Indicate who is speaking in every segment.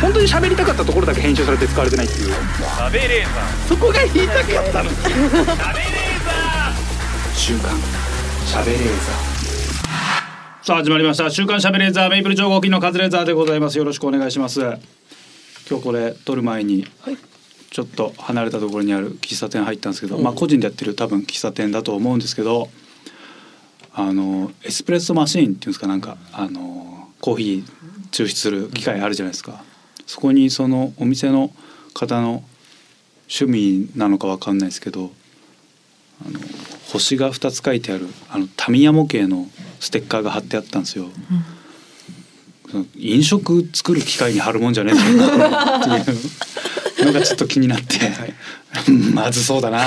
Speaker 1: 本当に喋りたかったところだけ編集されて使われてないっていう
Speaker 2: 食べレー
Speaker 1: そこが言いたかったの
Speaker 2: ザー食べレーザ
Speaker 1: 週刊喋れー
Speaker 3: さあ始まりました週刊しゃべレーザーメイプル超合金のカズレーザーでございますよろしくお願いします今日これ撮る前にちょっと離れたところにある喫茶店入ったんですけど、まあ個人でやってる多分喫茶店だと思うんですけどあのエスプレッソマシーンっていうんですかなんかあのコーヒー抽出する機械あるじゃないですか、そこにそのお店の方の趣味なのかわかんないですけど星が2つ書いてあるあのタミヤ模型のステッカーが貼ってあったんですよ。その飲食作る機械に貼るもんじゃねえぞっていうのがちょっと気になって、うんまずそうだな、ね、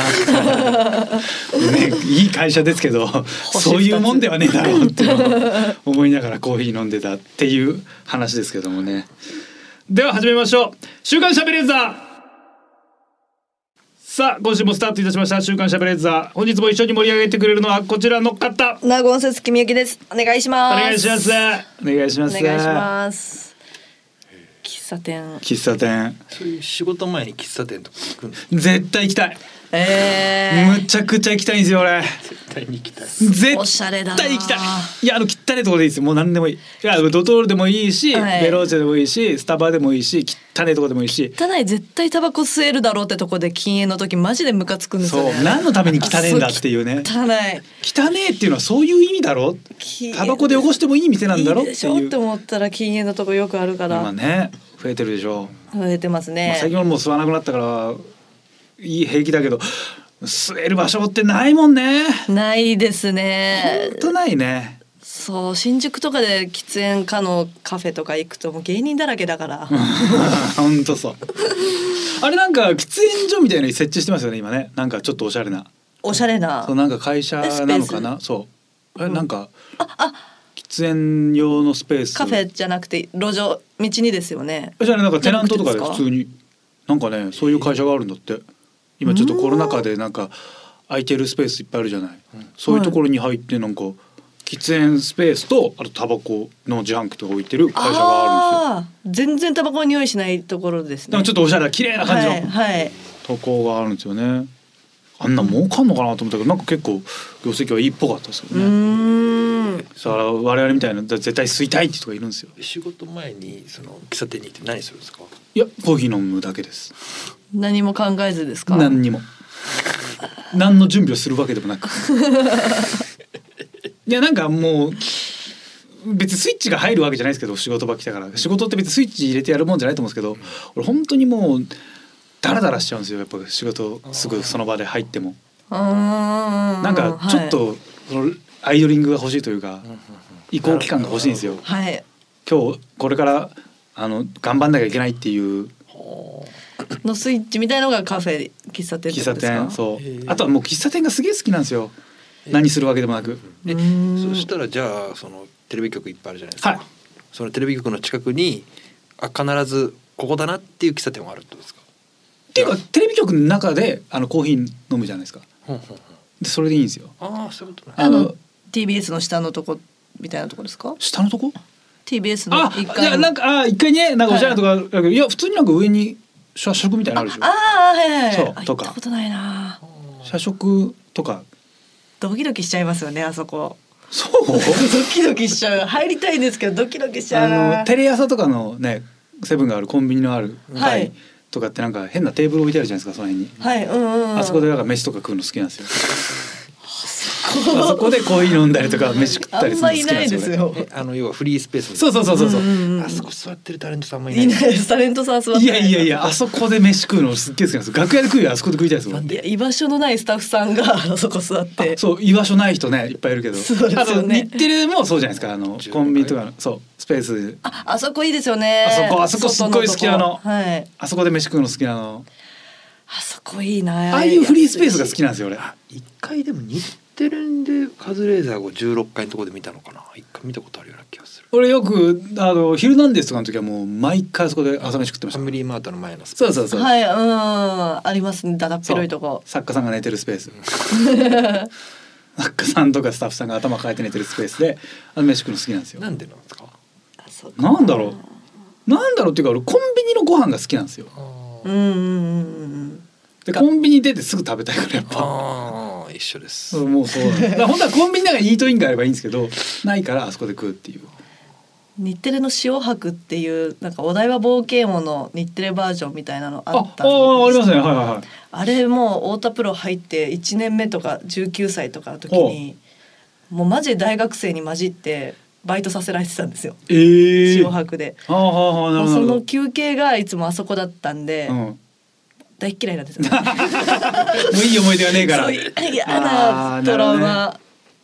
Speaker 3: いい会社ですけどそういうもんではねえだろうっていうのを思いながらコーヒー飲んでたっていう話ですけどもねでは始めましょう「週刊しゃべれーザー」さあ今週もスタートいたしました「週刊しゃべれーザー」本日も一緒に盛り上げてくれるのはこちらの方
Speaker 4: ナゴンススキミユキです。お願いし
Speaker 3: お
Speaker 4: ます。
Speaker 3: 願いします。お願いしま
Speaker 4: お
Speaker 3: す
Speaker 4: 願いします。喫茶店。
Speaker 3: 喫茶店
Speaker 2: ーそういう仕事前に喫茶店とか行くの
Speaker 3: 絶対行きたい
Speaker 4: え
Speaker 3: むちゃくちゃ行きたいんですよ俺
Speaker 2: 絶対に行きたい
Speaker 3: 絶
Speaker 4: おしゃれだな
Speaker 3: 対行きたいいやあの汚いとこでいいですよもう何でもいいいやドトールでもいいし、
Speaker 4: はい
Speaker 3: ベローチェでもいいしスタバでもいいし汚いとこでもいいし
Speaker 4: ー。ただい絶対タバコ吸えるだろうってとこで禁煙の時マジでムカつくんですよ
Speaker 3: そ
Speaker 4: ね。
Speaker 3: う何のために汚いんだっていうね
Speaker 4: そう汚い。
Speaker 3: 汚えっていうのはそういう意味だろ
Speaker 4: き
Speaker 3: タバコで汚してもいい店なんだろっ
Speaker 4: いい
Speaker 3: て
Speaker 4: でしょ
Speaker 3: い
Speaker 4: っ
Speaker 3: う
Speaker 4: て思ったら禁煙のとこよくあるから
Speaker 3: 今ね増えてるでしょ
Speaker 4: 増えてます
Speaker 3: まあ
Speaker 4: ね。
Speaker 3: 最近はもう吸わなくなったからいい平気だけど吸える場所ってないもんね
Speaker 4: ないです
Speaker 3: ほ
Speaker 4: ね
Speaker 3: ん。とないね
Speaker 4: そう新宿とかで喫煙可のカフェとか行くともう芸人だらけだから。
Speaker 3: ほんとそうあれなんか喫煙所みたいなのに設置してますよね今ねなんかちょっとおしゃれな
Speaker 4: おしゃれな
Speaker 3: そう。なんか会社なのかなそうえなんか喫煙用のスペース
Speaker 4: カフェじゃなくて路上道にですよね。
Speaker 3: じゃあなんかテナントとかで
Speaker 4: じゃなく
Speaker 3: 普
Speaker 4: て
Speaker 3: 通になんかねそういう会社があるんだって今ちょっとコロナ禍でなんか空いてるスペースいっぱいあるじゃない、そういうところに入ってなんか喫煙スペースとあとタバコの自販機とか置いてる会社があるんですよ
Speaker 4: あー全然タバコの匂いしないところです
Speaker 3: で
Speaker 4: ね。
Speaker 3: もちょっとおしゃれな綺麗な感じの、
Speaker 4: はいはい。
Speaker 3: 投稿があるんですよね。あんな儲かんのかなと思ったけど、なんか結構業績はいいっぽかったですけ
Speaker 4: う
Speaker 3: どね。
Speaker 4: ーん。
Speaker 3: さあ我々みたいな絶対吸いたいって人がいるんですよ。
Speaker 2: 仕事前にその喫茶店に行って何するんですか
Speaker 3: いやコーヒー飲むだけです。
Speaker 4: 何も考えずですか。
Speaker 3: 何にも。何の準備をするわけでもな く。いやなんかもう別にスイッチが入るわけじゃないですけど仕事場来たから仕事って別にスイッチ入れてやるもんじゃないと思うんですけど俺本当にもうダラダラしちゃうんですよやっぱ仕事すぐその場で入っても。
Speaker 4: な
Speaker 3: なんかちょっ。とそのアイドリングが欲しいというか移行期間が欲しいんですよ。
Speaker 4: はい。はい
Speaker 3: 今日これからあの頑張んなきゃいけないっていう
Speaker 4: のスイッチみたいのがカフェ喫茶店って
Speaker 3: 喫茶
Speaker 4: ことですか。
Speaker 3: 店
Speaker 4: う。
Speaker 3: そ
Speaker 2: へえ
Speaker 3: うあとはもう喫茶店がすげえ好きなんですよ何するわけでもなく
Speaker 2: え
Speaker 4: うーん
Speaker 2: そしたらじゃあそのテレビ局いっぱいあるじゃないです
Speaker 3: はい
Speaker 2: かそのテレビ局の近くにあ必ずここだなっていう喫茶店はあるってことですか
Speaker 3: っていうかテレビ局の中であのコーヒー飲むじゃないですかでそれでいいんですよ
Speaker 2: ああそういうことね
Speaker 4: あ
Speaker 3: あ
Speaker 4: の
Speaker 3: の
Speaker 4: TBS の下のとこみたいなとこですか。
Speaker 3: 下のとこ
Speaker 4: TBS の
Speaker 3: あ
Speaker 4: 一
Speaker 3: いや
Speaker 4: 階の。
Speaker 3: なんかあ一回ねなんかおしゃれなとこあるけど、い、や普通になんか上に社食みたいなのあるでしょ
Speaker 4: ああはいはいはい。
Speaker 3: そう
Speaker 4: あ
Speaker 3: とか
Speaker 4: 行ったことないな。
Speaker 3: 社食とか
Speaker 4: ドキドキしちゃいますよねあそこ。
Speaker 3: そう
Speaker 4: ドキドキしちゃう。入りたいですけどドキドキしちゃうな。
Speaker 3: あのテレ朝とかのねセブンがあるコンビニのある
Speaker 4: は
Speaker 3: 階
Speaker 4: い
Speaker 3: とかってなんか変なテーブル置いてあるじゃないですかその辺に、
Speaker 4: はいうんうんうん。
Speaker 3: あそこでなんか飯とか食うの好きなんですよあそこでコーヒー飲んだりとか飯食ったりするの好きなんですよ俺。
Speaker 2: えあの要はフリースペースみた
Speaker 3: そ
Speaker 2: いう
Speaker 3: そうそうそうそう
Speaker 2: なあそこ座ってるタレントさんもいない
Speaker 4: いないですタレントさん座って
Speaker 3: いやいやいやあそこで飯食うのすっげえ好きなんですよ楽屋で食うよりあそこで食いたいですもん
Speaker 4: いや居場所のないスタッフさんが あそこ座って
Speaker 3: そう居場所ない人ねいっぱいいるけど、
Speaker 4: そうです
Speaker 3: あと
Speaker 4: よね
Speaker 3: 日テレもそうじゃないですかあのコンビニとかのそうスペース
Speaker 4: ああそこいいですよね
Speaker 3: あそこあそこすっごい好きなの
Speaker 4: 外とこはい
Speaker 3: あそこで飯食うの好きなの
Speaker 4: あそこいいな
Speaker 3: ああいうフリースペースが好き
Speaker 4: な
Speaker 3: なんですよ俺
Speaker 2: 一回でも日テレでカズレーザーを16回のところで見たのかな一回見たことあるような気がする
Speaker 3: 俺よくあの「ヒルナンデス」とかの時はもう毎回あそこで朝飯食ってまし
Speaker 2: ファ
Speaker 3: た
Speaker 2: ミリーマートの前のスペー
Speaker 3: そうそうそう、
Speaker 4: はいうんありますねだだっ
Speaker 3: そう
Speaker 4: 広いとこ
Speaker 3: 作家さんが寝てるスペ ース作家さんとかスタッフさんが頭抱えて寝てるスペースであの飯食うの好きなんです
Speaker 2: ス
Speaker 3: よ
Speaker 2: なんでなんですか
Speaker 4: あそこ
Speaker 3: なんだろうなんだろうっていうか俺コンビニのご飯が好きなんですよ
Speaker 4: うんうんうんうん
Speaker 3: でコンビニ出てすぐ食べたいからやっぱ
Speaker 2: ああ一緒です、
Speaker 3: うんもうそうなんだだから本当はコンビニなんかイートインがあればいいんですけどないからあそこで食うっていう
Speaker 4: 日テレの塩博っていうなんかお台場冒険王の日テレバージョンみたいなのあったんですけど
Speaker 3: あありますねはいはいはい
Speaker 4: あれもう太田プロ入って1年目とか19歳とかの時にもうマジで大学生に混じってバイトさせられてたんですよ
Speaker 3: ええ
Speaker 4: 塩
Speaker 3: は
Speaker 4: 博で、
Speaker 3: あはあはあな
Speaker 4: も
Speaker 3: るほ
Speaker 4: うその
Speaker 3: ど
Speaker 4: 休憩がいつもあそこだったんで、
Speaker 3: うん、も
Speaker 4: 大っ嫌いなん ですよ、ね、
Speaker 3: ういい思い出はねえから
Speaker 4: そういう嫌なトラウマ、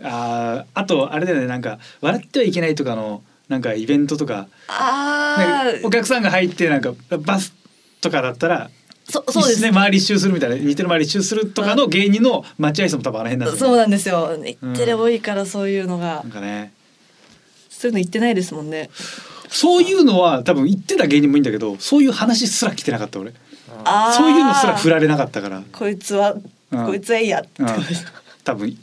Speaker 3: あーあとあれだよねなんか笑ってはいけないとかのなんかイベントとか
Speaker 4: あ
Speaker 3: なんかお
Speaker 4: ー
Speaker 3: 客さんが入ってなんかバスとかだったら
Speaker 4: そそうです
Speaker 3: 一
Speaker 4: ね
Speaker 3: 周周り一周するみたいな似てる周り一周するとかの芸人の待合室も多分あの辺なんです
Speaker 4: そう
Speaker 3: ね
Speaker 4: なんですよ日テレ多いからそういうの
Speaker 3: な
Speaker 4: が、
Speaker 3: んかね
Speaker 4: そういうの言ってないですもんね
Speaker 3: そういうのは多分言ってた芸人もいいんだけどそういう話すら来てなかった俺
Speaker 4: あー
Speaker 3: そういうのすら振られなかったから、
Speaker 4: こいつは、
Speaker 3: うん
Speaker 4: こいつはいいやって
Speaker 3: うん
Speaker 4: ことです、
Speaker 3: 多分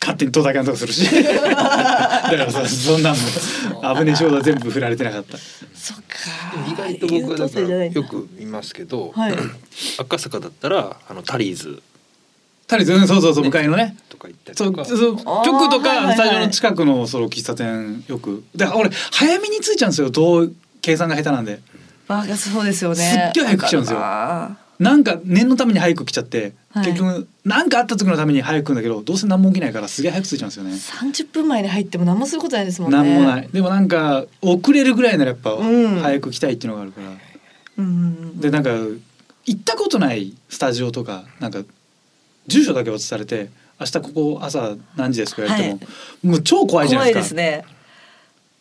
Speaker 3: 勝手に戸田監督する しだからさそんなんも危ねえ仕事は全部振られてなかった
Speaker 4: そっか
Speaker 2: 意外と僕はだか
Speaker 4: 優等生じゃな
Speaker 2: ら
Speaker 4: いんだ
Speaker 2: よく見ますけど、
Speaker 4: はい
Speaker 2: 赤坂だったらあのタリーズ
Speaker 3: タリーズうんそうそうそう向かいのね
Speaker 2: とか行ったり
Speaker 3: そ
Speaker 2: と
Speaker 3: う
Speaker 2: か
Speaker 3: そう局
Speaker 4: あー
Speaker 3: と
Speaker 4: はい
Speaker 3: か
Speaker 4: はいはい
Speaker 3: スタジオの近くのその喫茶店よくで俺早めに着いちゃうんですよどう計算が下手なんで
Speaker 4: バカそうですよね
Speaker 3: すっげえ早く来ちゃうんですよ
Speaker 4: あ
Speaker 3: なんか念のために早く来ちゃって、
Speaker 4: はい
Speaker 3: 結局なんかあった時のために早く来るんだけどどうせ何も起きないからすげえ早く着いちゃうんですよね
Speaker 4: ー30分前に入っても何もすることないですもんね
Speaker 3: なんもないいでもなんか遅れるぐらいならやっぱ
Speaker 4: うん
Speaker 3: 早く来たいっていうのがあるから、
Speaker 4: うんうん
Speaker 3: でなんか行ったことないスタジオとかなんか住所だけ落ちされて明日ここ朝何時ですかやっても、
Speaker 4: は
Speaker 3: もう超怖いじゃな
Speaker 4: 怖
Speaker 3: い
Speaker 4: い
Speaker 3: で
Speaker 4: ですす
Speaker 3: か。
Speaker 4: ね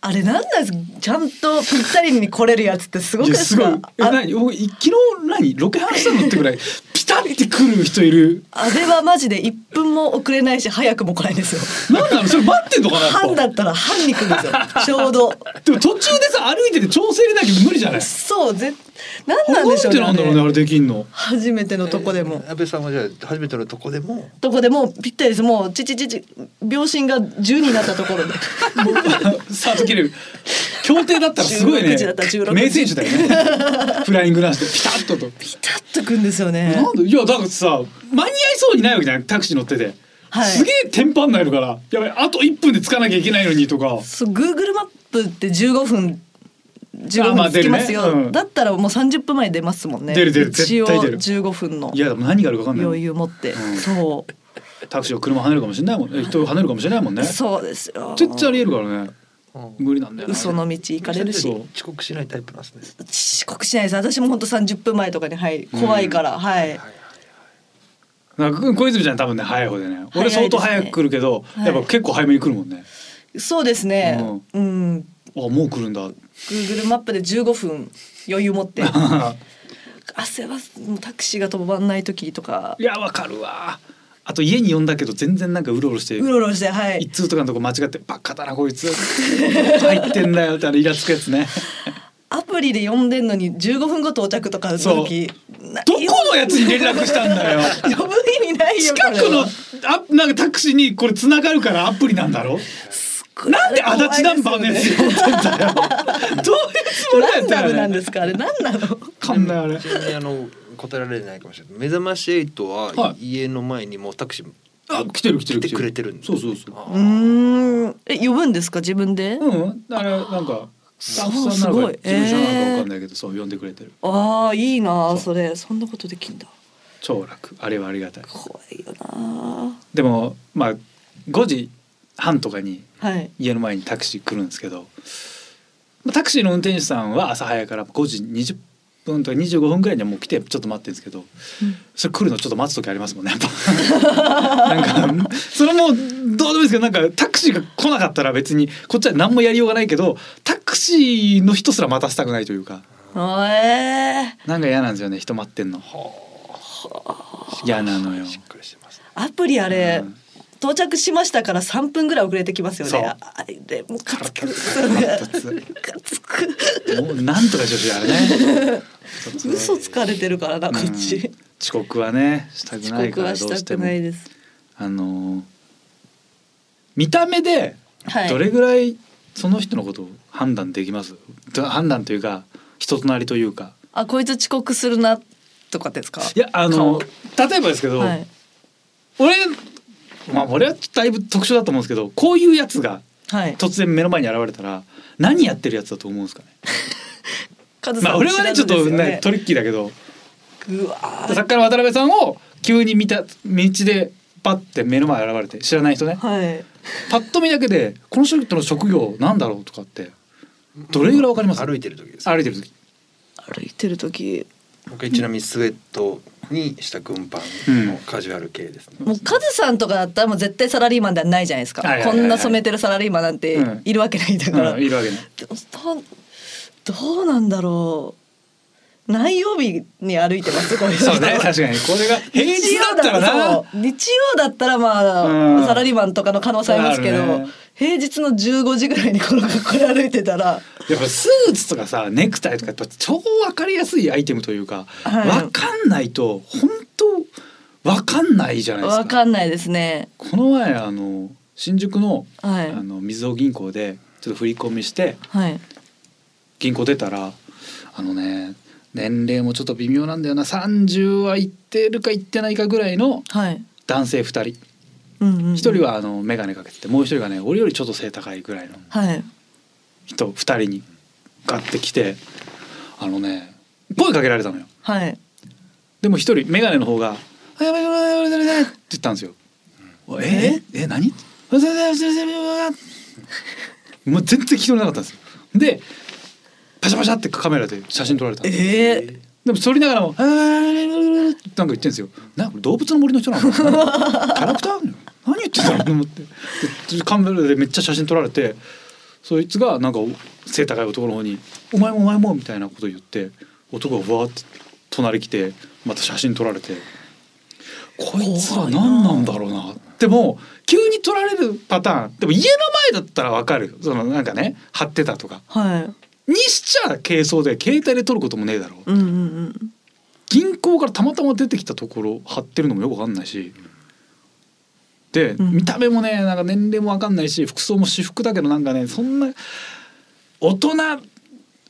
Speaker 4: あれなんなんですかちゃんとぴったりに来れるやつってすごく
Speaker 3: い
Speaker 4: で
Speaker 3: や
Speaker 4: す
Speaker 3: すごい
Speaker 4: か
Speaker 3: え
Speaker 4: あ
Speaker 3: 何おい昨日何ロケ話したのってぐらいピタって来る人いる
Speaker 4: あれはマジで1分も遅れないし早くも来ないんですよ
Speaker 3: なんなのそれ待ってんのかなやっぱ
Speaker 4: 半だったら半に来るんです よちょうど
Speaker 3: でも途中でさ歩いてて調整でなきゃ無理じゃない
Speaker 4: そうぜ何なんでしょうね
Speaker 3: なんでなんだろうね
Speaker 4: あ
Speaker 3: あ
Speaker 4: れ
Speaker 3: れできん の
Speaker 4: 初めてのとこでも
Speaker 2: 安倍さんはじゃあ初めてのとこでも
Speaker 4: とこでもうぴったりですもうちちちち秒針が10になったところ で
Speaker 3: さあ切れる協定だったらすごいね
Speaker 4: 16時だった16時
Speaker 3: 名選手だよねフライングランスでピタッとと、
Speaker 4: ピタッとくんですよね
Speaker 3: なんでいやだからさ間に合いそうにないわけじゃないタクシー乗ってて、
Speaker 4: はい
Speaker 3: すげえテンパんないのからやばいあと1分で着かなきゃいけないのにとか
Speaker 4: そう Google マップって15分
Speaker 3: あ
Speaker 4: 15
Speaker 3: まあ
Speaker 4: 分つきますよ、
Speaker 3: 出るねうん
Speaker 4: だったらもう30分前に出ますもんね
Speaker 3: 出る出る
Speaker 4: 一応
Speaker 3: 絶対出る
Speaker 4: 15分の
Speaker 3: いやでも何があるか分かんない
Speaker 4: 余裕持って、
Speaker 3: うん
Speaker 4: そ
Speaker 3: タクシーを車跳ねるかもしれないもんね人跳ねるかもしれないもん
Speaker 4: う、
Speaker 3: ね
Speaker 4: そうですよ
Speaker 3: 絶対ありえるからね無理なんだよな
Speaker 4: 嘘の道行かれるし
Speaker 3: そう
Speaker 2: 遅刻しないタイプなんですね
Speaker 4: 遅刻しないです私も本当30分前とかにはい怖いから、はい、
Speaker 3: なんか小泉ちゃん多分ね早い方でね
Speaker 4: 早い
Speaker 3: 俺
Speaker 4: ですね
Speaker 3: 相当早く来るけど、
Speaker 4: はい
Speaker 3: やっぱ結構早めに来るもんね
Speaker 4: そうですねうん、
Speaker 3: あもう来るんだ
Speaker 4: Google マップで15分余裕持って 汗はもうタクシーが飛ばない時とか
Speaker 3: いやわかるわあと家に呼んだけど全然なんかうろうろして
Speaker 4: うろうろしてはい
Speaker 3: 一通とかのとこ間違って「バカだなこいつ」 入ってんだよってあのイラつくやつね
Speaker 4: アプリで呼んでんのに15分後到着とかの時な
Speaker 3: どこのやつに連絡したんだよ
Speaker 4: 呼ぶ意味ないよ
Speaker 3: 近
Speaker 4: こ
Speaker 3: く
Speaker 4: れ
Speaker 3: の
Speaker 4: は
Speaker 3: あなんかタクシーにこれ繋がるからアプリなんだろなんで足立ナンバーのやつ呼んでんだよどういうつもりだ
Speaker 4: ラ
Speaker 3: よっ
Speaker 4: ン
Speaker 3: て
Speaker 4: ダ
Speaker 3: あれ
Speaker 4: ムなんですかあれ何なの
Speaker 3: わかんないあれ
Speaker 2: ちなみにあの答えられないかもしれない目覚まし8
Speaker 3: は
Speaker 2: は家の前にもうタクシー
Speaker 3: あ来てる来てる
Speaker 2: 来てくれてるんです
Speaker 3: そうそうそう
Speaker 4: うーんえ呼ぶんですか自分で、
Speaker 3: うん、あれなんかスタッフさんな
Speaker 4: そうす
Speaker 3: の
Speaker 4: ご
Speaker 3: か
Speaker 4: い
Speaker 3: 事務所なのかわかんないけど、そう呼んでくれてる
Speaker 4: ああいいなそれそんなことできんだ
Speaker 3: 超楽あれはありがたい
Speaker 4: 怖いよな
Speaker 3: でもまあ5時半とかに
Speaker 4: はい
Speaker 3: 家の前にタクシー来るんですけどまあタクシーの運転手さんは朝早いから5時20分とか25分ぐらいにはもう来てちょっと待ってるんですけど、それ来るのちょっと待つ時ありますもんねやっぱ なんかそれもどうでもいいですけどなんかタクシーが来なかったら別にこっちは何もやりようがないけどタクシーの人すら待たせたくないというか。
Speaker 4: あえー
Speaker 3: なんか嫌なんですよね人待ってんの嫌なのよ
Speaker 2: しっかりしてますね
Speaker 4: アプリあれ、
Speaker 3: うん
Speaker 4: 到着しましたから3分ぐらい遅れてきますよ
Speaker 3: そう
Speaker 4: ねああれでもうカツく
Speaker 3: 腹立つ
Speaker 4: カツく
Speaker 3: もうなんとか女子あれね
Speaker 4: 嘘つかれてるからなこっ
Speaker 3: う
Speaker 4: ち
Speaker 3: ん遅刻はねしたく
Speaker 4: 遅
Speaker 3: ない
Speaker 4: 刻
Speaker 3: からど
Speaker 4: はし
Speaker 3: うしたて
Speaker 4: く
Speaker 3: も
Speaker 4: ないです
Speaker 3: あのー見た目で
Speaker 4: はい
Speaker 3: どれぐらいその人のことを判断できますだ判断というか人となりというか
Speaker 4: あこいつ遅刻するなとかですか
Speaker 3: いやあの例えばですけど、
Speaker 4: はい
Speaker 3: 俺まあ俺はだいぶ特殊だと思うんですけどこういうやつが
Speaker 4: はい
Speaker 3: 突然目の前に現れたら何やってるやつだと思うんですかね。
Speaker 4: カズさん
Speaker 3: まあ俺はねちょっと
Speaker 4: 知らずですよ
Speaker 3: ねトリッキーだけど
Speaker 4: うわー
Speaker 3: 作家の渡辺さんを急に見た道でパッて目の前に現れて知らない人ね
Speaker 4: はい
Speaker 3: パッと見だけでこの人の職業なんだろうとかってどれぐらいわかります
Speaker 2: 歩いてる時です
Speaker 3: 歩いてる時。
Speaker 4: 歩いてる時
Speaker 2: 僕はちなみにスウェットにした軍パンのカジュアル系ですね、
Speaker 4: もうカズさんとかだったらもう絶対サラリーマンではないじゃないですか、
Speaker 3: はいはいはいはい
Speaker 4: こんな染めてるサラリーマンなんて
Speaker 3: うん
Speaker 4: いるわけないんだから、
Speaker 3: うん、いるわけね。
Speaker 4: どどうなんだろう何曜日に歩いてますこういう人
Speaker 3: そうね確かにこれが平日だったら
Speaker 4: 日曜だ
Speaker 3: な
Speaker 4: そう日曜だったらまあ、
Speaker 3: うん
Speaker 4: サラリーマンとかの可能性ありますけど、
Speaker 3: あるね
Speaker 4: 平日の15時ぐらいにこの格好で歩いてたら
Speaker 3: やっぱスーツとかさネクタイとかやっぱ超分かりやすいアイテムというか、
Speaker 4: はい
Speaker 3: 分かんないと本当分かんないじゃないですか。
Speaker 4: わかんないですね
Speaker 3: この前あの新宿の,、
Speaker 4: はい
Speaker 3: あのみずほ銀行でちょっと振り込みして
Speaker 4: はい
Speaker 3: 銀行出たらあのね年齢もちょっと微妙なんだよな30はいってるかいってないかぐらいの
Speaker 4: はい
Speaker 3: 男性2人1
Speaker 4: うんうんうん
Speaker 3: 人はあの眼鏡かけててもう1人がね俺よりちょっと背高いぐらいの
Speaker 4: はい
Speaker 3: 人2人にガッてきてあのね声かけられたのよ。
Speaker 4: はい
Speaker 3: でも一人眼鏡の方が「あやばいやばいやばいやばいやばい」って言ったんですよ。えええ何 もう全然聞き取れなかったんですよ。でパシャパシャってカメラで写真撮られたんです
Speaker 4: ええ
Speaker 3: でも撮りながらも「あーなんか言ってんですよ。な動物の森の人 なのかなキャラクター何言ってたのと思ってでカメラでめっちゃ写真撮られてそいつがなんか背高い男の方に「お前もお前も」みたいなこと言って男がわーって隣来てまた写真撮られてこいつら何なんだろうなでも急に撮られるパターンでも家の前だったらわかるよそのなんかね貼ってたとか
Speaker 4: はい
Speaker 3: にしちゃ軽装で携帯で撮ることもねえだろう
Speaker 4: うんうんうん
Speaker 3: 銀行からたまたま出てきたところ貼ってるのもよくわかんないしで、
Speaker 4: うん
Speaker 3: 見た目もねなんか年齢もわかんないし服装も私服だけどなんかねそんな大人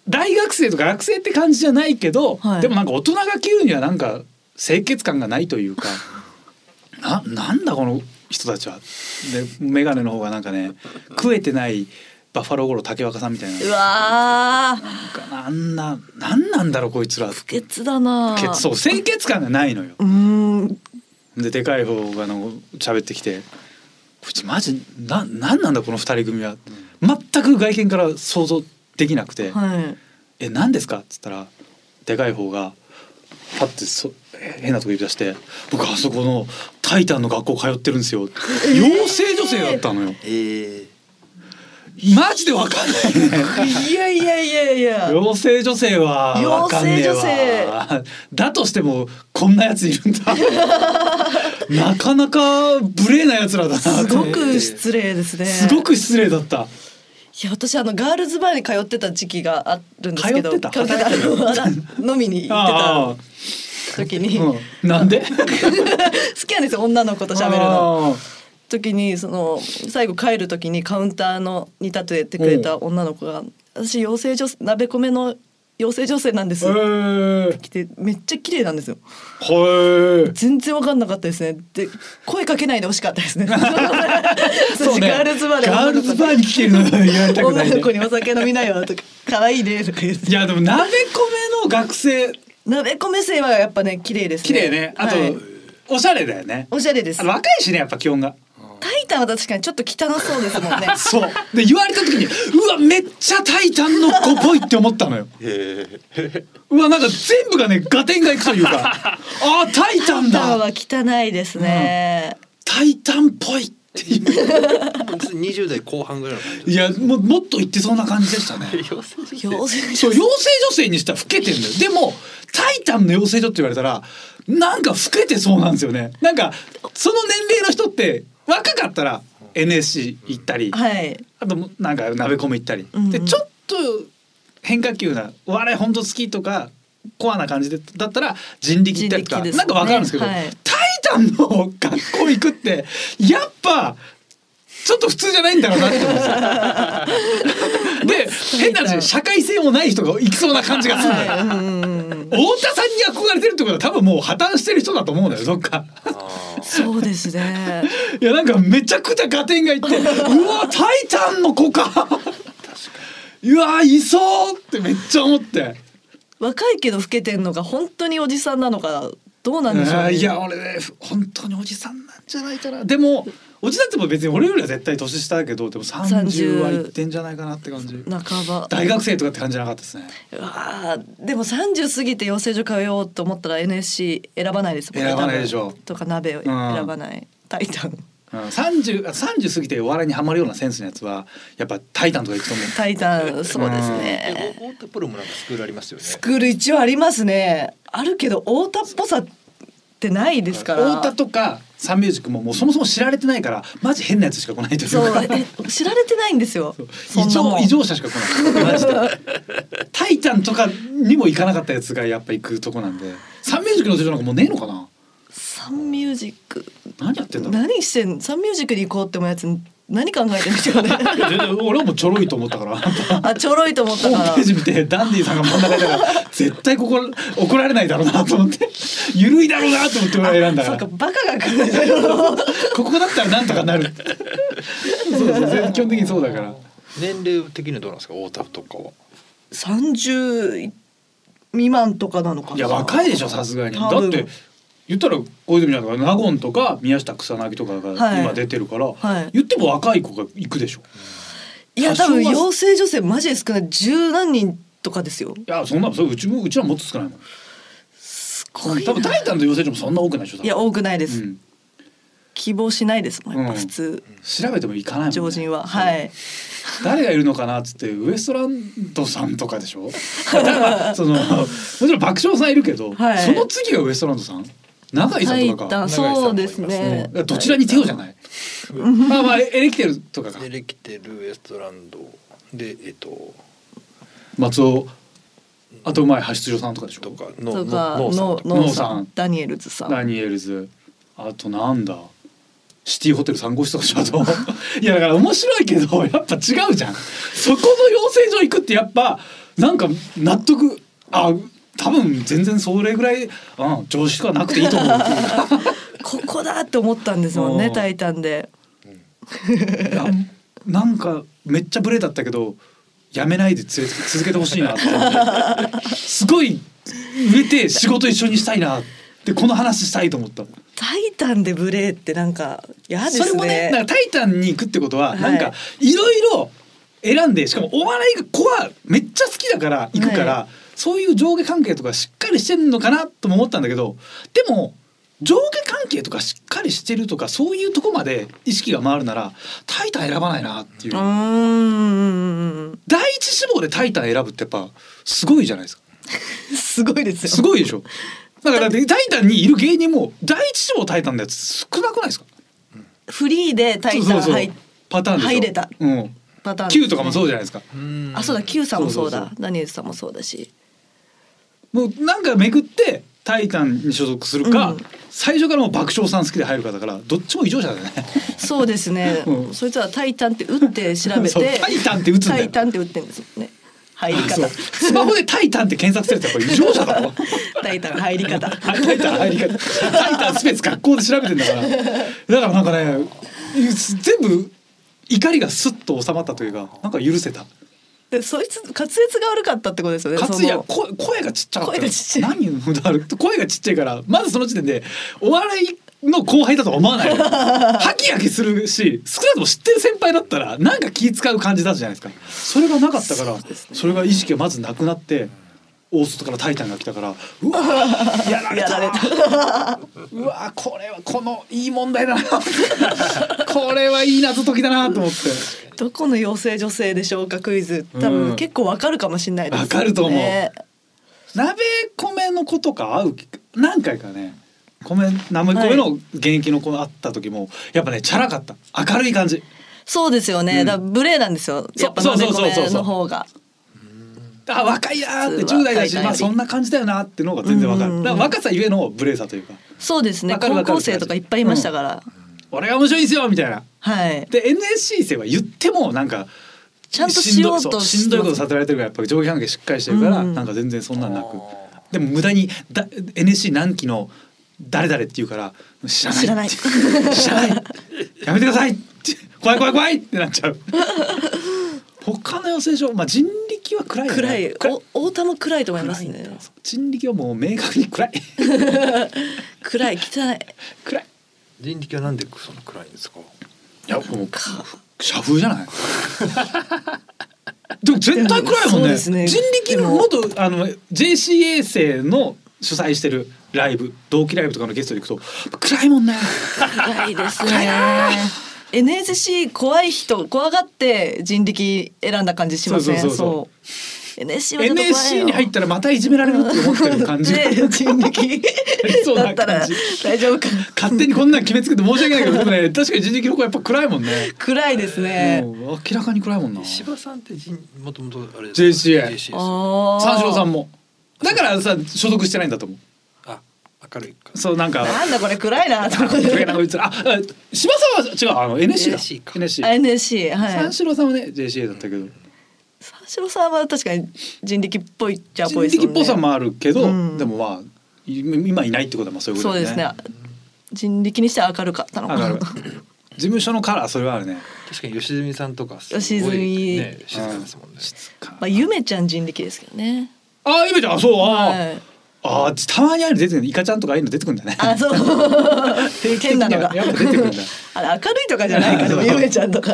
Speaker 3: 大学生とか学生って感じじゃないけど、
Speaker 4: はい
Speaker 3: でもなんか大人が急にはなんか清潔感がないというか ななんだこの人たちは。で眼鏡の方がなんかね食えてないバッファローゴロ竹若さんみたいな
Speaker 4: うわー
Speaker 3: なんかあんななんなんだろうこいつら
Speaker 4: 不潔だな
Speaker 3: けそう清潔感がないのよ
Speaker 4: う。ーん
Speaker 3: ででかい方があの喋ってきて「こいつマジななんなんだこの二人組は」全く外見から想像できなくて「
Speaker 4: はい
Speaker 3: え何ですか?」っつったらでかい方がパッてそえ変なとこ指出して「僕あそこのタイタンの学校通ってるんですよ」養成女性だったのよ。
Speaker 2: えー
Speaker 3: マジでわかんない ね。
Speaker 4: いやいやいやいや
Speaker 3: 妖精女性はわかんねえわ
Speaker 4: 妖精
Speaker 3: だとしてもこんなやついるん だなかなか無礼なやつらだな
Speaker 4: す
Speaker 3: と
Speaker 4: ご
Speaker 3: 思って
Speaker 4: く失礼ですね
Speaker 3: すごく失礼だった
Speaker 4: いや私あのガールズバーに通ってた時期があるんですけど
Speaker 3: 通ってた
Speaker 4: あのあら飲みに行
Speaker 3: あ
Speaker 4: ってた時に、
Speaker 3: あ、
Speaker 4: 好
Speaker 3: うん、なんで
Speaker 4: きなんですよ女の子と喋るの
Speaker 3: あ
Speaker 4: 時にその最後帰る時にカウンターのに立ててくれた女の子が「私養成女性鍋米の養成女性なんです」
Speaker 3: あ
Speaker 4: っ
Speaker 3: へえ
Speaker 4: て来てめっちゃ綺麗なんですよ
Speaker 3: へえ
Speaker 4: 全然わかんなかったですねで声かけないでほしかったですね
Speaker 3: そう
Speaker 4: 私
Speaker 3: ね
Speaker 4: ガールズバーで
Speaker 3: ガールズバーに来てるのに言われたくな
Speaker 4: 女
Speaker 3: い、
Speaker 4: の子
Speaker 3: ね、
Speaker 4: にお酒飲みなよとか可愛いねとか言って
Speaker 3: いやでもなべこめの学生
Speaker 4: 鍋米生はやっぱね綺麗ですね
Speaker 3: 綺麗ねあと、
Speaker 4: はい
Speaker 3: おしゃれだよね
Speaker 4: おしゃれです
Speaker 3: あの若いしねやっぱ気温が。
Speaker 4: タイタンは確かにちょっと汚そうですもんね
Speaker 3: そうで言われた時にうわめっちゃタイタンの子っぽいって思ったのよ
Speaker 2: えー、
Speaker 3: うわなんか全部がねガテンがいくという かあータイタ
Speaker 4: タ
Speaker 3: ン
Speaker 4: イタンは
Speaker 3: だ
Speaker 4: 汚いですね、
Speaker 3: タイタンっぽいっていう
Speaker 2: 二十代後半ぐらいの感じ
Speaker 3: いやもうもっと言ってそうな感じでしたね
Speaker 4: 妖精
Speaker 3: そう妖精女性にしたら老けてんだよでもタイタンの養成所って言われたらなんか老けてそうなんですよねなんかその年齢の人って若かったら NSC 行ったり、
Speaker 4: はい
Speaker 3: あともなんか鍋込み行ったり、
Speaker 4: うんうん
Speaker 3: でちょっと変化球なお笑い本当好きとかコアな感じでだったら人力行ったりとか、
Speaker 4: 人力ですね
Speaker 3: なんかわかるんですけど、
Speaker 4: はい
Speaker 3: タイタンの学校行く ってやっぱちょっと普通じゃないんだろうなって思うんですよ変な話社会性もない人が行きそうな感じがするんだよ
Speaker 4: はいうんうんうん
Speaker 3: 太田さんに憧れてるってことは多分もう破綻してる人だと思うんだよどっか
Speaker 4: そうです ね。
Speaker 3: いやなんかめちゃくちゃガテンがいってうわタイタンの子かうわいそうってめっちゃ思って
Speaker 4: 若いけど老けてんのが本当におじさんなのかどうなんでしょう、
Speaker 3: あー
Speaker 4: ね。
Speaker 3: いや俺ね本当におじさんなんじゃないかなでもおじさんっても別に俺よりは絶対年下だけどでも30はいってんじゃないかなって感じ
Speaker 4: 半ば。
Speaker 3: 大学生とかって感じじゃなかったですね
Speaker 4: うわあでも三十過ぎて養成所通おうと思ったら NSC 選ばないですもんね。
Speaker 3: 選ばないでしょ
Speaker 4: 多分とか鍋を選ばない。タイタン。
Speaker 3: うん30あ30過ぎてお笑いにはまるようなセンスのやつはやっぱ「タイタン」とか行くと思う
Speaker 4: タイタンそうです
Speaker 2: え
Speaker 4: ね。
Speaker 2: お太田プロもなんかスクールありますよね
Speaker 4: スクール一応ありますね。あるけど太田っぽさってないですから。
Speaker 3: 太田とかサンミュージックももうそもそも知られてないからマジ変なやつしか来ないという
Speaker 4: そう
Speaker 3: か
Speaker 4: え知られてないんですよ。そ
Speaker 3: 異
Speaker 4: んなも
Speaker 3: 常
Speaker 4: ん
Speaker 3: 異常者しか来ないマジで「タイタン」とかにも行かなかったやつがやっぱ行くとこなんでサンミュージックの人なんかもうねえのかな
Speaker 4: サンミュージック
Speaker 3: 何やってんだろう
Speaker 4: 何してんサンミュージックに行こうって思うやつ何考えてるんですかね
Speaker 3: いや全然俺はもうちょろいと思ったから
Speaker 4: あちょろいと思った
Speaker 3: ホ
Speaker 4: か
Speaker 3: ーム
Speaker 4: ら
Speaker 3: ページ見てダンディさんが真ん中だから絶対ここ怒られないだろうなと思って緩いだろうなと思って俺は選んだ
Speaker 4: そう
Speaker 3: か
Speaker 4: からバカが来るんだよ
Speaker 3: ここだったらなんとかなるそうそう基本的にそうだから。
Speaker 2: 年齢的にはどうなんですか太田とかは
Speaker 4: 30未満とかなのかない
Speaker 3: や若いでしょさすがにだ
Speaker 4: 多分
Speaker 3: って言ったら小泉なんとか納言とか宮下草薙とか
Speaker 4: は
Speaker 3: が
Speaker 4: い
Speaker 3: 今出てるから、
Speaker 4: はい
Speaker 3: 言っても若い子が行くでしょ
Speaker 4: いや多分
Speaker 3: 多少は
Speaker 4: 養成女性マジで少ない十何人とかですよ
Speaker 3: いやそんなそれうちもうちはもっと少ないもん
Speaker 4: すごいな
Speaker 3: 多分タイタンの養成所もそんな多くないでしょ多分
Speaker 4: いや多くないです、
Speaker 3: うん
Speaker 4: 希望しないですもんやっぱ
Speaker 3: うん
Speaker 4: 普通、
Speaker 3: 調べても行かないもん、ね、
Speaker 4: 常人ははい
Speaker 3: 誰がいるのかなっつってウエストランドさんとかでしょ だからそのもちろん爆笑さんいるけど、
Speaker 4: はい
Speaker 3: その次がウエストランドさん永井さ
Speaker 4: タ
Speaker 3: ん
Speaker 4: イ
Speaker 3: とか
Speaker 4: タ
Speaker 3: か
Speaker 4: ン
Speaker 2: 長い人
Speaker 4: そうです
Speaker 3: うんだ
Speaker 4: ね
Speaker 3: からどちらに手をじゃないまあまあエレキテルとかか
Speaker 2: でできてるウエストランドでえっと
Speaker 3: 松尾あとうまい派出所さんとかでしょ
Speaker 2: とか
Speaker 4: と
Speaker 2: の
Speaker 4: か
Speaker 2: ののうさんとか
Speaker 4: のノー
Speaker 3: ノー
Speaker 4: さ
Speaker 3: さ
Speaker 4: ん
Speaker 3: ん
Speaker 4: ダニエルズさん
Speaker 3: ダニエルズあとなんだシティホテル3号室とかしょと いやだから面白いけど やっぱ違うじゃんそこの養成所行くってやっぱなんか納得あ多分全然それぐらい、うん、常識はなくていいと思 うっていうか
Speaker 4: ここだって思ったんですもんね
Speaker 3: う
Speaker 4: 「
Speaker 3: ん
Speaker 4: タイタン」で
Speaker 3: いやなんかめっちゃ無礼だったけどやめないでつれ続けてほしいなって 思ってすごい売れて仕事一緒にしたいなってこの話したいと思った。
Speaker 4: 「タイタン」で無礼ってなんか嫌ですね
Speaker 3: それもねなんか「タイタン」に行くってことは、
Speaker 4: はい
Speaker 3: なんかいろいろ選んでしかもお笑いが子はめっちゃ好きだから行くから、
Speaker 4: は
Speaker 3: そういう上下関係とかしっかりしてるのかなとも思ったんだけどでも上下関係とかしっかりしてるとかそういうとこまで意識が回るなら「タイタン」選ばないなっていう
Speaker 4: う。ーん
Speaker 3: 第一志望でタイタン選ぶってやっぱすごいじゃないですか。
Speaker 4: すごいですよ
Speaker 3: すごいでしょ。だからだってタイタンにいる芸人も第一志望タイタンのやつ少なくないですか。
Speaker 4: フリーで「タイタン」
Speaker 3: そうそう
Speaker 4: 入
Speaker 3: そう
Speaker 4: っ
Speaker 3: パターンでしょ。
Speaker 4: 入れた
Speaker 3: うん。
Speaker 4: パターン
Speaker 3: Q とかもそうじゃないですか。
Speaker 2: うん
Speaker 4: あそうだ Q さんもそう
Speaker 3: そう
Speaker 4: だ
Speaker 3: そう
Speaker 4: ダニエルズさんもそうだし
Speaker 3: もうなんか巡ってタイタンに所属するか、
Speaker 4: うん
Speaker 3: 最初からもう爆笑さん好きで入るかだからどっちも異常者だよね。
Speaker 4: そうですね
Speaker 3: うん
Speaker 4: そいつは「タイタン」って打って調べ
Speaker 3: そう
Speaker 4: て
Speaker 3: タイタンって打つんだよ
Speaker 4: タイタン」って打ってんですもんね入り
Speaker 3: そう
Speaker 4: 方
Speaker 3: スマホでタイタンって検索するとやっぱ異常者だろ。
Speaker 4: タイタン入り方
Speaker 3: タイタン入り方、タイタンスペース学校で調べてんだから。だからなんかね、全部怒りがスッと収まったというか、なんか許せた。
Speaker 4: でそいつ滑舌が悪かったってことですよね
Speaker 3: か
Speaker 4: そ
Speaker 3: つ
Speaker 4: の
Speaker 3: や声声がちっちゃかったよ。
Speaker 4: 声がちっちゃい
Speaker 3: 何言うのだろう声がちっちゃいから、まずその時点でお笑いの後輩だとは思わない。 ハキハキするし、少なくとも知ってる先輩だったらなんか気使う感じだじゃないですか。それがなかったから、そ,、れが意識がまずなくなって。大外からタイタンが来たから、うわーやられ
Speaker 4: や
Speaker 3: た
Speaker 4: られた
Speaker 3: うわこれはこのいい問題だ なこれはいい謎解きだなと思って
Speaker 4: どこの養成女性でしょうかクイズ多
Speaker 3: う
Speaker 4: 分
Speaker 3: ん
Speaker 4: 結構わかるかもしれないです、ね、
Speaker 3: わかると思う鍋米の子とか会う機何回かね米鍋米の現役の子会った時も、やっぱねチャラかった明るい感じ
Speaker 4: そうですよね、
Speaker 3: うん
Speaker 4: だから無礼なんですよやっぱ
Speaker 3: そう
Speaker 4: な
Speaker 3: そ
Speaker 4: め
Speaker 3: うそ
Speaker 4: こ
Speaker 3: うそう
Speaker 4: めの方が
Speaker 3: あ若いなーって
Speaker 4: 普通は
Speaker 3: 10代だし
Speaker 4: 若い
Speaker 3: まあそんな感じだよなーってのが全然わかる、
Speaker 4: うんうんうん
Speaker 3: だから若さゆえの無礼さというか
Speaker 4: そうですね
Speaker 3: わかるわ
Speaker 4: 高
Speaker 3: かる
Speaker 4: 校生とかいっぱいいましたから、
Speaker 3: 「俺が面白いんすよ」みたいな
Speaker 4: はい
Speaker 3: で NSC 生は言ってもなんか
Speaker 4: ちゃんとしよう
Speaker 3: し
Speaker 4: と
Speaker 3: んどそうしんどいことさせられてるからやっぱり上下関係しっかりしてるから、
Speaker 4: うん
Speaker 3: なんか全然そんなんなく
Speaker 2: あ
Speaker 3: でも無駄にだ NSC 何期の誰々って言うから知らない
Speaker 4: 知らな い
Speaker 3: 知らない やめてくださいって怖い怖い怖いってなっちゃう他の養成所、まあ、人力は暗いよね
Speaker 4: 暗いお太田も暗いと思います
Speaker 3: 暗いんだ
Speaker 4: ね
Speaker 3: よ人力はもう明確に暗い
Speaker 4: 暗い汚い
Speaker 3: 暗い
Speaker 2: 人力はなんでそんな暗いんですか
Speaker 3: いやもう社風じゃない でも絶対暗いもん
Speaker 4: そう
Speaker 3: ね
Speaker 4: ですね
Speaker 3: 人力の元あの JCA 生の主催してるライブ同期ライブとかのゲストで行くと暗いもんね
Speaker 4: 暗いです ね NSC 怖い人怖がって人力選んだ感じしません
Speaker 3: そうそうそうそう
Speaker 4: そう NSC はちょっと怖いよ
Speaker 3: NSC に入ったらまたいじめられるって思ってる感じ
Speaker 4: ね人力
Speaker 3: そう
Speaker 4: だ
Speaker 3: な
Speaker 4: ったら
Speaker 3: 感じ
Speaker 4: 大丈夫か
Speaker 3: 勝手にこんなん決めつけて申し訳ないけどでも ね確かに人力の子やっぱ暗いもんね、
Speaker 4: 暗いですね
Speaker 3: もう明らかに暗いもんな
Speaker 2: 石
Speaker 3: 三
Speaker 2: 破さんって人もともとあれ
Speaker 3: JCA
Speaker 2: ですか JCA ですよ
Speaker 4: あー
Speaker 3: 四郎さんもだからさ所属してないんだと思う
Speaker 2: あ明るいか
Speaker 3: そうなんか
Speaker 4: なんだこれ暗いなと思っ
Speaker 3: 上
Speaker 4: て
Speaker 3: なんかこいつらああ柴さんは違うあの NSC だ
Speaker 2: NSC か
Speaker 3: NSC
Speaker 4: あ NSC はい
Speaker 3: 三四郎さんはね JCA だったけど
Speaker 4: 三四郎さんは確かに人力っぽいっちゃぽ
Speaker 3: 人
Speaker 4: いです
Speaker 3: 力
Speaker 4: も
Speaker 3: っ
Speaker 4: んね
Speaker 3: ぽさもあるけど
Speaker 4: うん
Speaker 3: でもまあい今いないってことはまあそういうこ
Speaker 4: そ
Speaker 3: と
Speaker 4: うですね人力にしては明るかったの
Speaker 3: 上
Speaker 4: か
Speaker 3: が
Speaker 4: な
Speaker 3: る 事務所のカラーそれはあるね
Speaker 2: 確かに吉住さんとかすごい
Speaker 4: 吉住
Speaker 2: ね静かですもんね
Speaker 4: まあゆめちゃん人力ですけどね
Speaker 3: あゆめちゃんあそうあ
Speaker 4: はい
Speaker 3: あたまにああいうの出てくるイカちゃんとかああいうの出てくるんだね
Speaker 4: あそう変なのが
Speaker 3: やっぱ出てくるんだ
Speaker 4: あれ明るいとかじゃな いかでもゆめちゃんとか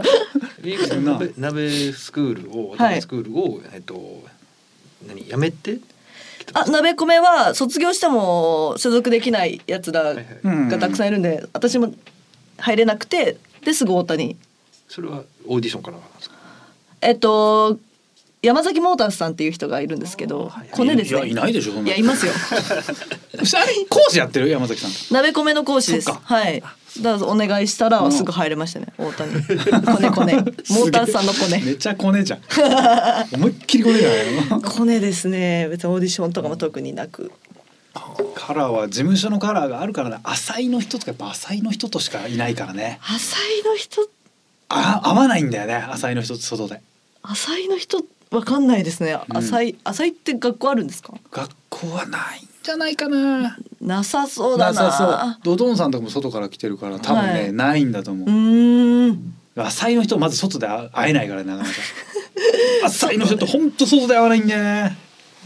Speaker 2: リーグさん鍋鍋スクールを
Speaker 4: はい
Speaker 2: 鍋スクールをえっと何やめて
Speaker 4: あ鍋米は卒業しても所属できないやつら
Speaker 2: はいはい
Speaker 3: うん
Speaker 4: がたくさんいるんで、私も入れなくてですぐ太田に
Speaker 2: それはオーディションからなんですか
Speaker 4: えっと山崎モータースさんっていう人がいるんですけどコネです
Speaker 3: い
Speaker 4: ね
Speaker 3: やいないでしょそん
Speaker 4: い
Speaker 3: な
Speaker 4: やいますよ
Speaker 3: あれ講師やってる山崎さん
Speaker 4: 鍋米の講師です
Speaker 3: そっか
Speaker 4: はいだからお願いしたらすぐ入れましたね太田に コネコネモータースさんのコ
Speaker 3: め
Speaker 4: ネ
Speaker 3: っちゃコネじゃん思いっきりコネじゃないの
Speaker 4: コネですね別にオーディションとかも特になく
Speaker 3: カラーは事務所のカラーがあるからね浅いの人とかやっぱ浅いの人としかいないからね
Speaker 4: 浅井の人
Speaker 3: あ合わないんだよね浅いの人と外で
Speaker 4: 浅井の人わかんないですね
Speaker 3: うん
Speaker 4: 浅井、浅井って学校あるんですか
Speaker 3: 学校はないんじゃないかな
Speaker 4: なさそうだな
Speaker 3: さそうドドンさんとかも外から来てるから多分ね、
Speaker 4: はい
Speaker 3: ないんだと思
Speaker 4: う
Speaker 3: う
Speaker 4: ーん
Speaker 3: 浅いの人まず外で会えないからねなかなか浅いの人ってほんと外で会わないんだよね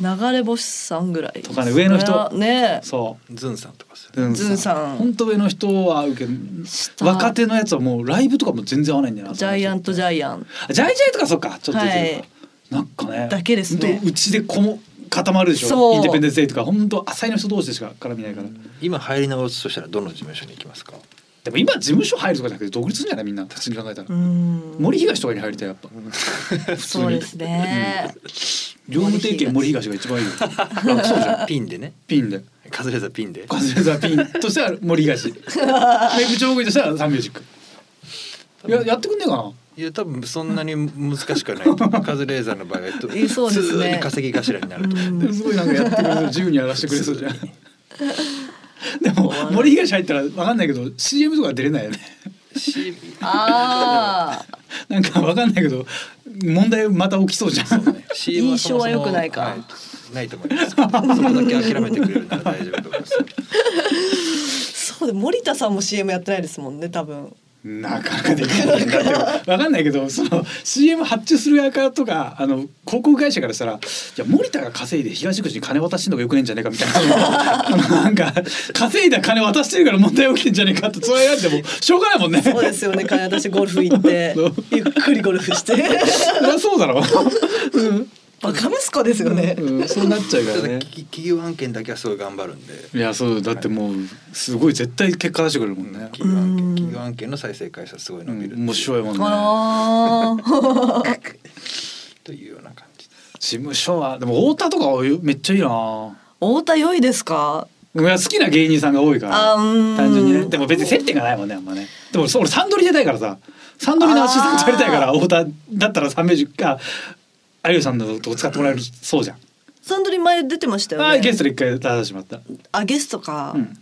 Speaker 4: 流れ星さんぐらい
Speaker 3: とかね上の人
Speaker 4: それはね
Speaker 3: そ
Speaker 2: ズンさんとかです
Speaker 3: うズン
Speaker 4: ズンさん
Speaker 3: ほんと上の人は会うけど
Speaker 4: 下
Speaker 3: 若手のやつはもうライブとかも全然合わないんだよな
Speaker 4: ジャイアントジ
Speaker 3: イ
Speaker 4: ャイアン
Speaker 3: アンジャイジャイとかそっかちょっと出てるか、なんかね
Speaker 4: だけですね
Speaker 3: ほんとうちでこも固まるでし
Speaker 4: そ
Speaker 3: ょ
Speaker 4: う
Speaker 3: インディペンデンスデイとかほんと浅いの人同士でしか絡みないから、
Speaker 2: 今入り直すとしたらどの事務所に行きますか
Speaker 3: でも今事務所入るとかじゃなくて独立するんじゃないみんな普通に考えたら、
Speaker 4: うーん
Speaker 3: 森東とかに入りたいやっぱ
Speaker 4: そうですね、
Speaker 3: 業務提携森東が一番いいよ楽そうじゃん
Speaker 2: ピンでね
Speaker 3: ピンで
Speaker 2: カズレーザーピンで
Speaker 3: カズレーザーピ ンとしては森東ウェブ長具としてはサンミュージックいややってくんねえかない
Speaker 2: や多分そんなに難しくはないと思うカズレーザーの場合はと
Speaker 4: いやそうですね
Speaker 2: 普通に稼ぎ頭になると思う
Speaker 4: う
Speaker 3: で
Speaker 4: ん
Speaker 3: もすごいなんかやってくれそう自由にやらせてくれそうじ ゃんでも森東入ったら分かんないけど CM とか出れないよね
Speaker 2: し
Speaker 4: ああ
Speaker 3: なんか分かんないけど問題また起きそうじゃん
Speaker 4: 印象は良くないか
Speaker 2: CM はそもそもはいないと思いますそこだけ諦めてくれるなら大丈夫と思います
Speaker 4: そうで森田さんも CM やってないですもんね多分
Speaker 3: なかなかできないんだって分かんないけどその CM 発注する側からとかあの広告会社からしたらいや森田が稼いで東口に金渡してんのがよくねえんじゃねえかみたいなそのあのなんか稼いだ金渡してるから問題起きてんじゃねえかってそれやってもしょうがないもんね。
Speaker 4: そうですよね金私ゴルフ行っ て
Speaker 3: そう
Speaker 4: ゆっくりゴルフして
Speaker 3: そりゃそうだろう、うん
Speaker 4: バカ息子ですよね、
Speaker 3: うん、そうなっちゃうか
Speaker 2: た
Speaker 3: ら
Speaker 2: だ
Speaker 3: ね。
Speaker 2: き企業案件だけはすごい頑張るんで
Speaker 3: いやそうだってもうすごい絶対結果出してくれるもんね。
Speaker 2: 企業案件企業案件の再生回数はすごい伸びる
Speaker 3: 面白いもんね。
Speaker 4: あら
Speaker 2: というような感じです
Speaker 3: 事務所はでも太田とかはめっちゃいいな。
Speaker 4: 太田良いですか
Speaker 3: いや好きな芸人さんが多いから
Speaker 4: あうーん
Speaker 3: 単純にねでも別に接点がないもんねあんまねでもそう俺サンドリ出たいからさサンドリのアシスタントやりたいから太田だったらサンミュージックか有吉さんのとこ使ってもらえるそうじゃん、
Speaker 4: サンドリ前出てましたよね
Speaker 3: あーゲストで一回出させてもらった
Speaker 4: あゲストか、
Speaker 3: うん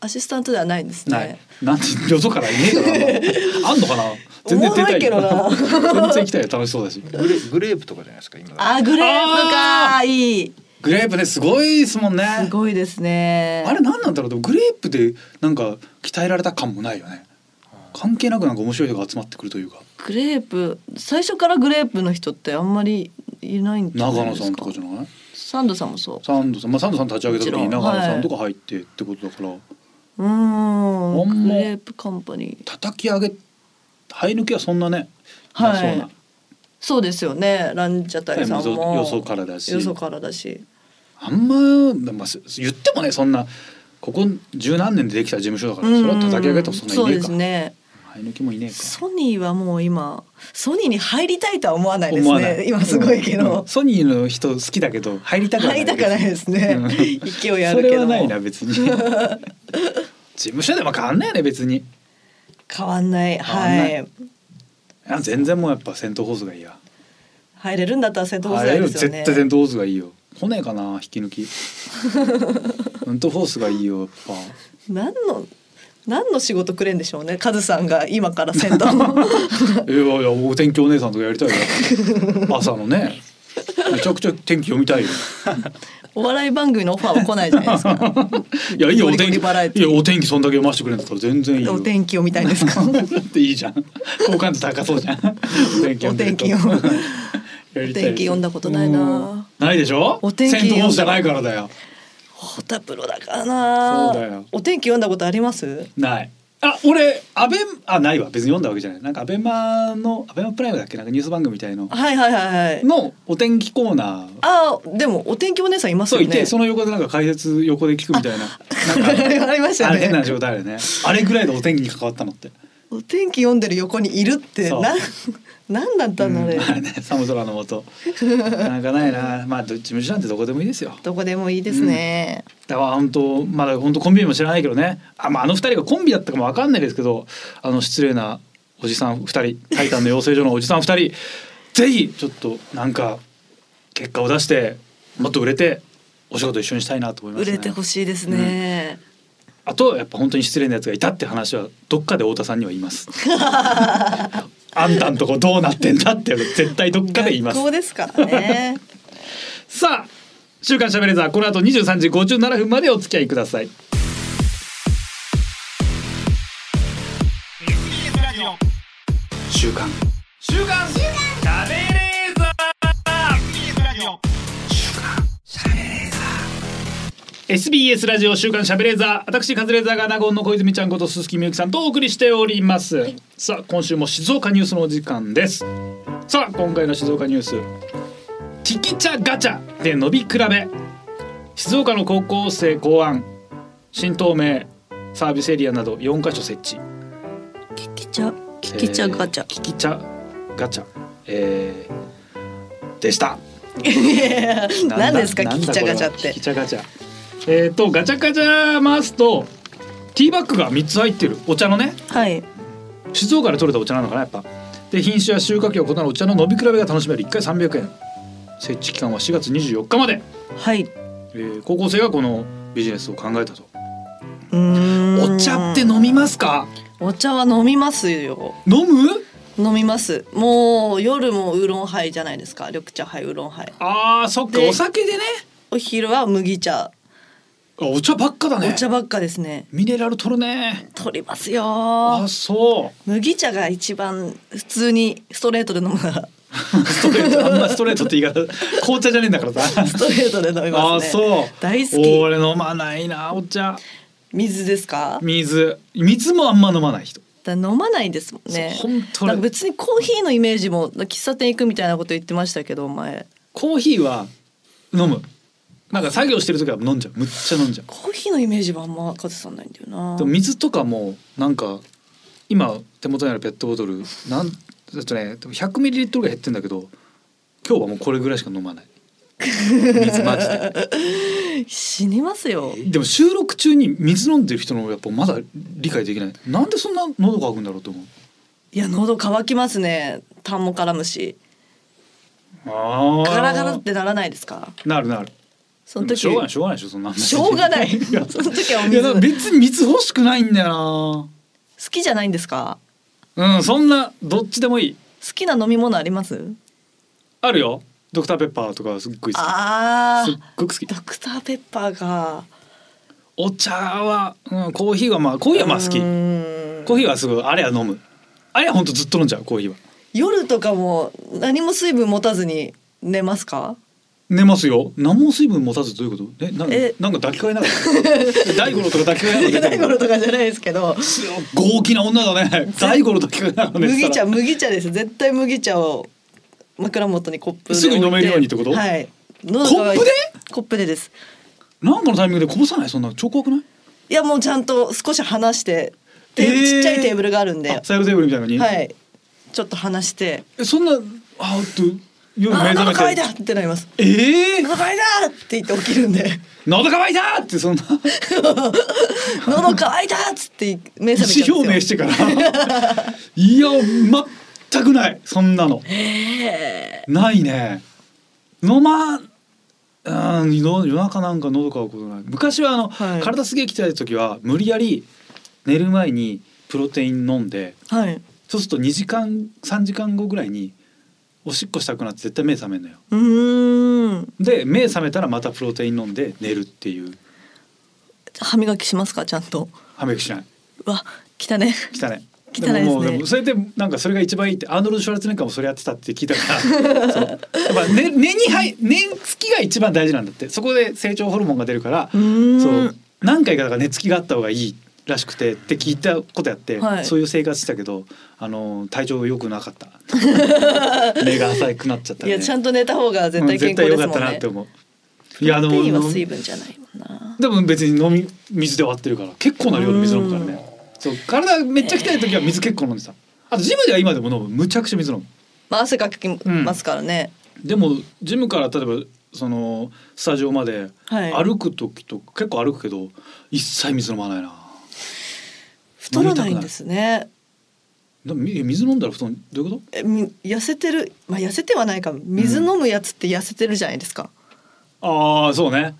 Speaker 4: アシスタントではないんですね。
Speaker 3: ない。なんてよそからいねえからな。あんのかな。全然出たい
Speaker 4: おもろいけ
Speaker 3: 全然行きたいよ楽しそうだし。
Speaker 2: グレグレープとかじゃないですか今だと
Speaker 4: あグレープか
Speaker 3: あー
Speaker 4: いい
Speaker 3: グレープですごいですもんね。
Speaker 4: すごいですね。
Speaker 3: あれ何なんだろうでもグレープでなんか鍛えられた感もないよね。関係なくなんか面白い人が集まってくるというか
Speaker 4: グレープ最初からグレープの人ってあんまりいないんじゃ
Speaker 3: 長
Speaker 4: ないで
Speaker 3: 野さ
Speaker 4: すか。
Speaker 3: んとかじゃない
Speaker 4: サンドさんもそう。
Speaker 3: サンドさんまあサンドさん立ち上げた時に
Speaker 4: もちろん
Speaker 3: 長野さ
Speaker 4: は
Speaker 3: ん
Speaker 4: い
Speaker 3: とか入ってってことだから、
Speaker 4: うー
Speaker 3: あん
Speaker 4: ん
Speaker 3: ま
Speaker 4: グレープカンパニー。
Speaker 3: 叩き上げ生え抜きはそんなね、
Speaker 4: はい
Speaker 3: なそうな
Speaker 4: そうですよねランジャタイさん
Speaker 3: はい
Speaker 4: も
Speaker 3: よそよそからだし
Speaker 4: よそからだし
Speaker 3: あんま、まあ、す言ってもねそんなここ十何年でできた事務所だから、それは叩き上げたらそんないね
Speaker 4: うんそう
Speaker 3: え
Speaker 4: で
Speaker 3: か、
Speaker 4: すね
Speaker 3: 生え抜きもいねえか
Speaker 4: ソニーはもう今ソニーに入りたいとは思わないです
Speaker 3: 思わな
Speaker 4: ね
Speaker 3: い
Speaker 4: 今すごいけ
Speaker 3: う
Speaker 4: ど
Speaker 3: ん、ソニーの人好きだけど入りたくはない
Speaker 4: 入りたくないですね、
Speaker 3: うん
Speaker 4: 勢いあるけ
Speaker 3: それは
Speaker 4: ど
Speaker 3: ないな別 に事務所でも変わんないよね別に
Speaker 4: 変わんない
Speaker 3: 変わんな
Speaker 4: はいい
Speaker 3: あ全然もうやっぱセントホースがいいや
Speaker 4: 入れるんだったらセントホース
Speaker 3: あれよ
Speaker 4: で
Speaker 3: り
Speaker 4: すよ
Speaker 3: 絶
Speaker 4: ね
Speaker 3: 対セントホースがいいよ骨かな引き抜き セントホースがいいよやっぱ
Speaker 4: 何の何の仕事くれんでしょうねカズさんが今からセン トはい
Speaker 3: やいやお天気お姉さんとかやりたい よ朝のねめちゃくちゃ天気読みたいよ
Speaker 4: お笑い番組のオファーは来ないじゃないですか
Speaker 3: いやいいよお
Speaker 4: ゴリゴ
Speaker 3: 天
Speaker 4: リ
Speaker 3: 気い
Speaker 4: バラエテ
Speaker 3: やお天気そんだけ読ませてくれんだったら全然いいよ
Speaker 4: お天気を見たいんで すか
Speaker 3: だっていいじゃん好感度高そうじ ゃんお天気読んでると
Speaker 4: お天気を
Speaker 3: やりたいです
Speaker 4: お天気読んだことないな
Speaker 3: うんないでしょ
Speaker 4: お天気
Speaker 3: セントホースじゃないからだよ
Speaker 4: ホタプロだからな
Speaker 3: そうだよ
Speaker 4: お天気読んだことあります
Speaker 3: ないあ俺アベあないわ別に読んだわけじゃないなんかアベマのアベマプライムだっけなんかニュース番組みたいの
Speaker 4: はいはいはいはい
Speaker 3: のお天気コーナー
Speaker 4: あーでもお天気お姉さんいます
Speaker 3: そ
Speaker 4: よ
Speaker 3: う
Speaker 4: ね
Speaker 3: いてその横でなんか解説横で聞くみたいななん か
Speaker 4: ありました
Speaker 3: あれ変な
Speaker 4: ね
Speaker 3: 状態だよねあれぐらいでお天気に関わったのって
Speaker 4: お天気読んでる横にいるって
Speaker 3: そう
Speaker 4: なんなんだったんだあれ、
Speaker 3: うんあれね寒空の下なんかないなまあど事務所なんてどこでもいいですよ
Speaker 4: どこでもいいですね、
Speaker 3: だから本当まだ本当コンビ名も知らないけどねあ,、まあ、あの二人がコンビだったかもわかんないですけどあの失礼なおじさん二人タイタンの養成所のおじさん二人ぜひちょっとなんか結果を出してもっと売れてお仕事一緒にしたいなと思いま
Speaker 4: 売
Speaker 3: すね
Speaker 4: れてほしいですね、
Speaker 3: あとやっぱ本当に失礼なやつがいたって話はどっかで太田さんには言いますあんたんとこどうなってんだって絶対どっかで言います
Speaker 4: 学校ですか らね
Speaker 3: さあ週刊しゃべれザーこの後23時57分までお付き合いください
Speaker 1: SBS ラジオ週刊週刊週刊しゃべれーザー SBS ラジオ
Speaker 3: SBS ラジオ週刊しゃべれザー私カズレーザーがナゴンの小泉ちゃんこと鈴木みゆきさんとお送りしております、さあ今週も静岡ニュースのお時間ですさあ今回の静岡ニュースティキチャガチャで伸び比べ静岡の高校生考案新東名サービスエリアなど4カ所設置
Speaker 4: キキチャキキチャガチャ、
Speaker 3: えーキキチャガチャ、えーでした。
Speaker 4: なん 何ですか
Speaker 3: なん
Speaker 4: キ
Speaker 3: だ
Speaker 4: キチャガチャっ
Speaker 3: これは
Speaker 4: て
Speaker 3: キキチャガチャ。えっ、とガチャガチャ回すとティーバッグが三つ入ってるお茶のね
Speaker 4: はい
Speaker 3: 静岡で取れたお茶なのかなやっぱ。で品種や収穫期を異なるお茶の飲み比べが楽しめる1回300円。設置期間は4月24日まで。
Speaker 4: はい
Speaker 3: えー高校生がこのビジネスを考えたと。
Speaker 4: うーん
Speaker 3: お茶って飲みますか？
Speaker 4: お茶は飲みますよ
Speaker 3: 飲む？
Speaker 4: 飲みますもう夜もウーロンハイじゃないですか緑茶ハイウーロンハイ
Speaker 3: ああそっか
Speaker 4: で
Speaker 3: お酒でね。
Speaker 4: お昼は麦茶
Speaker 3: あお茶ばっかだね。
Speaker 4: お茶ばっかですね
Speaker 3: ミネラル取るね。
Speaker 4: 取ります
Speaker 3: あ
Speaker 4: よ
Speaker 3: そ
Speaker 4: 麦茶が一番普通にストレートで飲むなら
Speaker 3: う。ストレート、あんまストレートって言い方、紅茶じゃねえんだからさ。
Speaker 4: ストレートで飲み
Speaker 3: あ
Speaker 4: ますね
Speaker 3: そう。
Speaker 4: 大好
Speaker 3: 俺飲まないな、お茶。
Speaker 4: き水ですか
Speaker 3: 水、水もあんま飲まない人。
Speaker 4: だから飲まないですもんね
Speaker 3: そう本当
Speaker 4: なん
Speaker 3: 俺
Speaker 4: か別にコーヒーのイメージも喫茶店行くみたいなこと言ってましたけど前
Speaker 3: コーヒーは飲む。なんか作業してる時は飲んじゃう。むっちゃ飲んじゃう。
Speaker 4: コーヒーのイメージはあんまカズさんないんだよな
Speaker 3: でも水とかもなんか今手元にあるペットボトルなんえっとねでも100ミリリットルが減ってんだけど今日はもうこれぐらいしか飲まない水マジで
Speaker 4: 死にますよ
Speaker 3: でも収録中に水飲んでる人のやっぱまだ理解できないなんでそんな喉乾くんだろうと思う
Speaker 4: いや喉乾きますねタンモカラムシ
Speaker 3: あ
Speaker 4: ガラガラってならないですか
Speaker 3: なるなる
Speaker 4: その
Speaker 3: でも
Speaker 4: 時
Speaker 3: しょうがないしょうがないでしょそんな
Speaker 4: しょうがな い
Speaker 3: いや
Speaker 4: その時はお
Speaker 3: いやだから
Speaker 4: 水好
Speaker 3: 別に蜜欲しくないんだよ
Speaker 4: きじゃないんですか
Speaker 3: なうんそんなどっちでもいい
Speaker 4: 好きな飲み物あります
Speaker 3: あるよドクターペッパーとかすっごい好き
Speaker 4: あ
Speaker 3: すっ
Speaker 4: あ
Speaker 3: ごく好き
Speaker 4: ドクターペッパーが
Speaker 3: お茶は、うん、コーヒーはまあコーヒーはまあ好き
Speaker 4: うーん
Speaker 3: コーヒーはすごいあれは飲むあれはほんとずっと飲んじゃうコーヒーは
Speaker 4: 夜とかも何も水分持たずに寝ますか
Speaker 3: 寝ますよ何も水分持たずどういうことえなんか
Speaker 4: え
Speaker 3: なんか抱きかえながら 大五郎とか抱きかえながら
Speaker 4: 大
Speaker 3: 寝て
Speaker 4: 五
Speaker 3: る
Speaker 4: 郎とかじゃないですけど
Speaker 3: 豪気な女だ ね大五郎と抱きかえながら寝て
Speaker 4: 麦
Speaker 3: た
Speaker 4: 茶
Speaker 3: ら
Speaker 4: 麦茶です絶対麦茶を枕元にコップで置
Speaker 3: す
Speaker 4: いて
Speaker 3: ぐに飲めるようにってこと
Speaker 4: はいコ
Speaker 3: コップで
Speaker 4: コップでです
Speaker 3: なんかのタイミングでこぼさないそんな超怖くない
Speaker 4: いやもうちゃんと少し離して
Speaker 3: え
Speaker 4: で、
Speaker 3: ー
Speaker 4: ちっちゃいテーブルがあるんで
Speaker 3: あサイドテーブルみたいなのに、
Speaker 4: はいちょっと離して
Speaker 3: えそんなあーっと
Speaker 4: 「
Speaker 3: 夜
Speaker 4: あ
Speaker 3: 目
Speaker 4: ー喉
Speaker 3: 覚
Speaker 4: 乾
Speaker 3: め
Speaker 4: いた!」
Speaker 3: て
Speaker 4: ってなります
Speaker 3: え
Speaker 4: 「
Speaker 3: えー、
Speaker 4: 喉乾いた!」って言って起きるん で
Speaker 3: 喉乾いたってそんな
Speaker 4: 「喉乾いた!」っつって目覚め
Speaker 3: 意
Speaker 4: ちゃ
Speaker 3: 思
Speaker 4: うん
Speaker 3: 表
Speaker 4: で
Speaker 3: 明
Speaker 4: す
Speaker 3: して
Speaker 4: よ
Speaker 3: からいや全くないそんなのないね飲まうん夜夜中なんか喉乾くことない昔はあの、
Speaker 4: はい
Speaker 3: 体すげえ鍛えた時は無理やり寝る前にプロテイン飲んで
Speaker 4: はい
Speaker 3: そうすると2時間3時間後ぐらいにおしっこしたくなって絶対目覚めるのよ
Speaker 4: うーん
Speaker 3: で目覚めたらまたプロテイン飲んで寝るっていう
Speaker 4: 歯磨きしますかちゃんと
Speaker 3: 歯磨きしないう
Speaker 4: わ汚ね
Speaker 3: 汚い
Speaker 4: 汚いですね
Speaker 3: ももうもそれでなんかそれが一番いいってアーノルド・シュワルツェネッカーもそれやってたって聞いたから そうやっぱ寝寝に入寝つきが一番大事なんだってそこで成長ホルモンが出るから
Speaker 4: うーん
Speaker 3: そう何回かだから寝つきがあった方がいいらしくてって聞いたことやって、
Speaker 4: はい
Speaker 3: そういう生活してたけどあの体調良くなか った目が浅くなっちゃった
Speaker 4: い
Speaker 3: ね
Speaker 4: やちゃんと寝た方が
Speaker 3: う
Speaker 4: 絶
Speaker 3: ん
Speaker 4: 対健康
Speaker 3: 良
Speaker 4: で
Speaker 3: か
Speaker 4: す
Speaker 3: っ
Speaker 4: も
Speaker 3: た
Speaker 4: ん
Speaker 3: なっ
Speaker 4: ね
Speaker 3: て。思ういやでも
Speaker 4: プロテインは
Speaker 3: 飲み
Speaker 4: 水分じゃないもんな。
Speaker 3: でも別に飲み水で割ってるから結構な量の水飲むからねそう体めっちゃ鍛える時は水結構飲んでたあとジムでは今でも飲むむちゃくちゃ水飲む
Speaker 4: まあ汗かきますからね。
Speaker 3: でもジムから例えばそのスタジオまで
Speaker 4: はい
Speaker 3: 歩く時と結構歩くけど一切水飲まないな
Speaker 4: 太らないんですね。
Speaker 3: でもみ水飲んだら布団どういうこ
Speaker 4: えみ痩せてるまあ痩せてはないか水飲むやつって痩せてるじゃないですか。
Speaker 3: とああそうね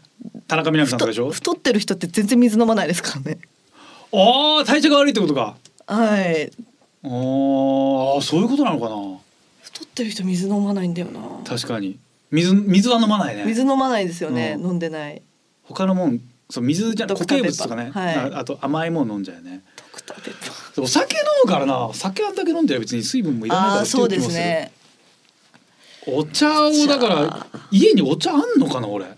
Speaker 3: 田中みな実さんとかでし
Speaker 4: 太
Speaker 3: ょ
Speaker 4: 太ってる人って全然水飲まないですからね。
Speaker 3: ああ体調が悪いってことか
Speaker 4: はい。
Speaker 3: あーあそういうことなのかな
Speaker 4: 太ってる人水飲まないんだよな。
Speaker 3: 確かに水水は飲まないね
Speaker 4: 水飲まないですよね。
Speaker 3: うん
Speaker 4: 飲んでない。
Speaker 3: 他のもんそう水じゃな
Speaker 4: ド
Speaker 3: い固
Speaker 4: クター
Speaker 3: 形物とかね、
Speaker 4: ペッパーはい
Speaker 3: ああと甘いもの飲んじゃうよね
Speaker 4: ドクターペッパー。
Speaker 3: お酒飲むからな酒あんだけ飲んでりゃ別に水分もいらないか
Speaker 4: ああ
Speaker 3: ら
Speaker 4: ーそうですね。
Speaker 3: お茶をだから家にお茶あんのかな俺あ